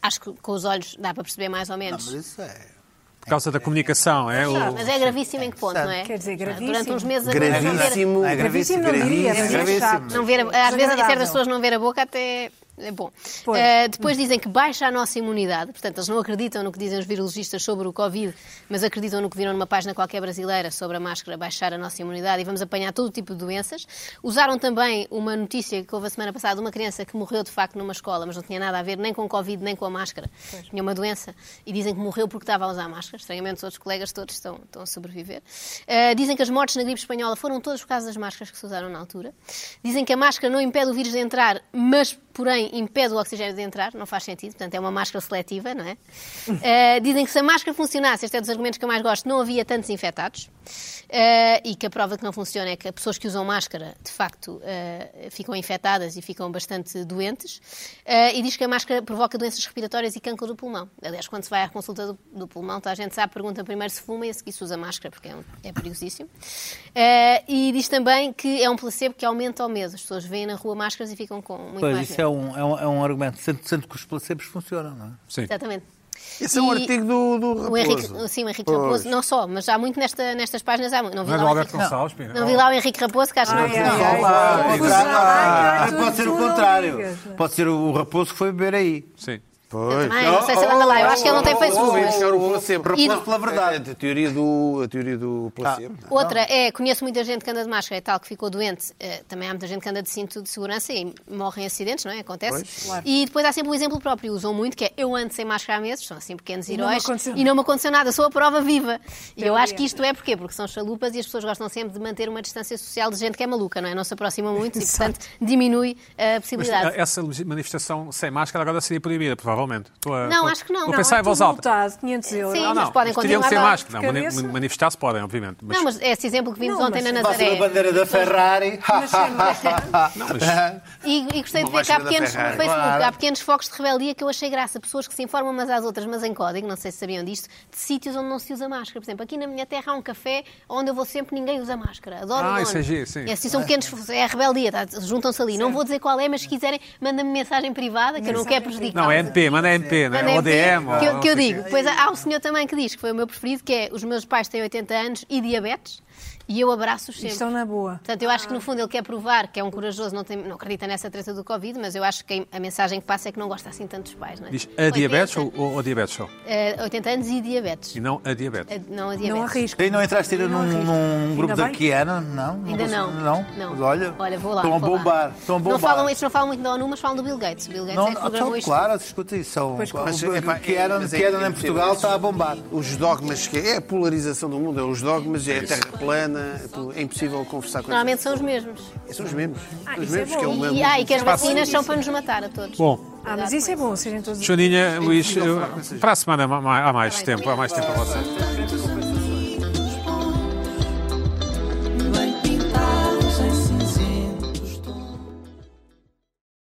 [SPEAKER 3] Acho que com os olhos dá para perceber mais ou menos.
[SPEAKER 5] Mas isso é.
[SPEAKER 1] Por causa da comunicação, é o...
[SPEAKER 3] Claro, mas é gravíssimo em que ponto, não é?
[SPEAKER 4] Quer dizer,
[SPEAKER 3] Durante uns
[SPEAKER 4] gravíssimo.
[SPEAKER 3] meses a coisa não ver-
[SPEAKER 2] Gravíssimo.
[SPEAKER 5] É gravíssimo,
[SPEAKER 4] não diria, mas
[SPEAKER 5] gravíssimo.
[SPEAKER 4] é chato.
[SPEAKER 3] não ver a- às vezes
[SPEAKER 4] Desagradável.
[SPEAKER 3] certas pessoas não ver a boca até é bom.
[SPEAKER 4] Pois.
[SPEAKER 3] Eh, depois dizem que baixa a nossa imunidade, portanto, eles não acreditam no que dizem os virologistas sobre o Covid, mas acreditam no que viram numa página qualquer brasileira sobre a máscara baixar a nossa imunidade e vamos apanhar todo tipo de doenças. Usaram também uma notícia que houve a semana passada, uma criança que morreu de facto numa escola, mas não tinha nada a ver nem com Covid nem com a máscara, tinha uma doença e dizem que morreu porque estava a usar máscara. Estranhamente, os outros colegas todos estão, estão a sobreviver. Eh, dizem que as mortes na gripe espanhola foram todas por causa das máscaras que se usaram na altura. Dizem que a máscara não impede o vírus de entrar, mas, porém, impede o oxigênio de entrar. Não faz sentido, portanto, é uma máscara seletiva, não é? Eh, dizem que se a máscara funcionasse, este é dos argumentos que eu mais gosto, não havia tantos infectados. Eh, e que a prova de que não funciona é que pessoas que usam máscara, de facto, eh, ficam infectadas e ficam bastante doentes. Eh, e diz que a máscara provoca doenças respiratórias e cancro do pulmão. Aliás, quando se vai à consulta do, do pulmão, toda a gente sabe, pergunta primeiro se fuma e a seguir se usa máscara, porque é, um- é perigosíssimo. Eh, e diz também que é um placebo que aumenta ao medo. As pessoas veem na rua máscaras e ficam com muito
[SPEAKER 5] Pois,
[SPEAKER 3] mais
[SPEAKER 5] isso
[SPEAKER 3] medo.
[SPEAKER 5] é um, é um, é um argumento. Sendo, sendo que os placebos funcionam, não é?
[SPEAKER 1] Sim.
[SPEAKER 3] Exatamente.
[SPEAKER 2] Esse é um
[SPEAKER 3] E-
[SPEAKER 2] artigo do, do
[SPEAKER 3] O Henrique,
[SPEAKER 2] Raposo.
[SPEAKER 3] sim, o Henrique Raposo, não só, mas há muito nesta, nestas páginas. Há muito. Não, vi
[SPEAKER 1] Não é
[SPEAKER 3] lá
[SPEAKER 1] do
[SPEAKER 3] o
[SPEAKER 1] Alberto
[SPEAKER 3] Henrique-
[SPEAKER 1] Gonçalves? Pina?
[SPEAKER 3] não vi lá o Henrique Raposo, que acho que não
[SPEAKER 4] Ai, ai, ai.
[SPEAKER 5] Pode,
[SPEAKER 4] confusão. Ai, tu-
[SPEAKER 5] é Ah, pode ser
[SPEAKER 4] tu
[SPEAKER 5] o
[SPEAKER 4] não
[SPEAKER 5] contrário.
[SPEAKER 4] ligas.
[SPEAKER 5] Pode ser o raposo que foi beber aí.
[SPEAKER 1] Sim.
[SPEAKER 2] Pois.
[SPEAKER 3] Também, não sei se ele anda lá. Eu acho que ele não tem Facebook. mas-
[SPEAKER 5] E-
[SPEAKER 2] Raposo pela verdade. A teoria do, a teoria do placebo. não é?
[SPEAKER 3] Outra é, conheço muita gente que anda de máscara e tal, que ficou doente. Eh, também há muita gente que anda de cinto de segurança e morre em acidentes, não é? Acontece. E depois há sempre o exemplo próprio. Usam muito, que é eu ando sem máscara há meses, são assim pequenos
[SPEAKER 4] E não me
[SPEAKER 3] heróis.
[SPEAKER 4] aconteceu
[SPEAKER 3] e não me aconteceu nada, sou a prova viva. E eu acho que isto é porquê? Porque são chalupas e as pessoas gostam sempre de manter uma distância social de gente que é maluca, não é? Não se aproxima muito e, portanto, diminui a
[SPEAKER 1] Mas
[SPEAKER 3] possibilidade.
[SPEAKER 1] ah, essa manifestação sem máscara agora seria proibida, provavelmente. Estou a-
[SPEAKER 3] Não,
[SPEAKER 1] estou a-
[SPEAKER 3] acho que não.
[SPEAKER 1] Vou
[SPEAKER 3] Não,
[SPEAKER 1] pensar
[SPEAKER 4] é
[SPEAKER 1] em voz
[SPEAKER 4] tudo
[SPEAKER 1] alta.
[SPEAKER 4] multado, 500 euros.
[SPEAKER 3] Sim,
[SPEAKER 1] Não, não,
[SPEAKER 3] mas podem
[SPEAKER 1] teriam que
[SPEAKER 3] continuar
[SPEAKER 1] ser
[SPEAKER 3] lá de
[SPEAKER 1] máscara. Não, mani-
[SPEAKER 4] cabeça.
[SPEAKER 1] manifestar-se podem, obviamente. Mas,
[SPEAKER 3] Não, mas é esse exemplo que vimos
[SPEAKER 4] Não,
[SPEAKER 3] ontem
[SPEAKER 4] mas-
[SPEAKER 3] na
[SPEAKER 5] Pode ser a
[SPEAKER 3] Nazaré.
[SPEAKER 5] bandeira da Ferrari.
[SPEAKER 4] Mas sempre-
[SPEAKER 3] E, e gostei de
[SPEAKER 2] Uma
[SPEAKER 3] ver que
[SPEAKER 2] máscara
[SPEAKER 3] há
[SPEAKER 2] da
[SPEAKER 3] pequenos, no
[SPEAKER 2] Ferrari.
[SPEAKER 3] Facebook,
[SPEAKER 5] Claro.
[SPEAKER 3] há pequenos focos de rebeldia que eu achei graça. Pessoas que se informam umas às outras, mas em código, não sei se sabiam disto, de sítios onde não se usa máscara. Por exemplo, aqui na minha terra há um café onde eu vou sempre, ninguém usa máscara. Adoro
[SPEAKER 1] Ah,
[SPEAKER 3] o
[SPEAKER 1] isso
[SPEAKER 3] dono.
[SPEAKER 1] é giro, sim.
[SPEAKER 3] E assim são pequenos, fo- é a rebeldia, tá? juntam-se ali. Não vou dizer qual é, mas se quiserem, mandam-me mensagem privada, que eu não quero prejudicar.
[SPEAKER 1] não, é NP, manda NP, não
[SPEAKER 3] Manda
[SPEAKER 1] é?
[SPEAKER 3] em
[SPEAKER 1] ODM.
[SPEAKER 3] pé, Que, eu-
[SPEAKER 1] ou-
[SPEAKER 3] que eu digo. Pois há há um senhor também que diz, que foi o meu preferido, que é os meus pais têm 80 anos e diabetes, e eu abraço-os sempre.
[SPEAKER 4] Estão na é boa.
[SPEAKER 3] Portanto, eu acho que no fundo ele quer provar que é um corajoso, não, tem, não acredita nessa treta do Covid, mas eu acho que a mensagem que passa é que não gosta assim tanto dos pais, não é?
[SPEAKER 1] Diz a diabetes ou,
[SPEAKER 3] né?
[SPEAKER 1] ou a diabetes só?
[SPEAKER 3] Eh, 80 anos e diabetes.
[SPEAKER 1] E não a diabetes.
[SPEAKER 3] Eh, Não a diabetes.
[SPEAKER 4] Não arrisco.
[SPEAKER 5] E não entraste ainda
[SPEAKER 4] Não
[SPEAKER 5] num,
[SPEAKER 4] arrisco.
[SPEAKER 5] num grupo é.
[SPEAKER 4] Ainda
[SPEAKER 5] da
[SPEAKER 4] bem.
[SPEAKER 5] Kiana? Não?
[SPEAKER 3] Ainda não.
[SPEAKER 5] Não?
[SPEAKER 3] Não.
[SPEAKER 5] Mas Olha,
[SPEAKER 3] vou lá.
[SPEAKER 5] Estão a
[SPEAKER 3] vou lá.
[SPEAKER 5] bombar. Estão a bombar.
[SPEAKER 3] Não falam, estes não falam muito da ONU, mas falam do Bill Gates. O Bill Gates
[SPEAKER 5] Não,
[SPEAKER 3] é que
[SPEAKER 5] não,
[SPEAKER 3] programou
[SPEAKER 5] então,
[SPEAKER 3] isto.
[SPEAKER 5] claro, escuta isso. um São,
[SPEAKER 4] Pois,
[SPEAKER 5] o,
[SPEAKER 2] mas,
[SPEAKER 5] o,
[SPEAKER 2] epá,
[SPEAKER 5] o Kiana,
[SPEAKER 2] mas é
[SPEAKER 5] Kiana em
[SPEAKER 2] impossível.
[SPEAKER 5] Portugal está a bombar.
[SPEAKER 2] Os dogmas, que é a polarização do mundo, é os dogmas, é a terra plana, é pol- é impossível conversar com
[SPEAKER 3] Normalmente são os mesmos.
[SPEAKER 2] eles. São os mesmos.
[SPEAKER 4] Ah,
[SPEAKER 2] os
[SPEAKER 4] isso é
[SPEAKER 2] mesmos que é o
[SPEAKER 4] bom.
[SPEAKER 2] mesmo.
[SPEAKER 3] E, ah, e que as vacinas são para nos matar a todos.
[SPEAKER 1] Bom,
[SPEAKER 4] Ah, mas isso é bom, serem todos.
[SPEAKER 1] Tá Joaninha, Luís, eu- para a semana há mais tempo, há mais tempo para vocês.
[SPEAKER 6] Time to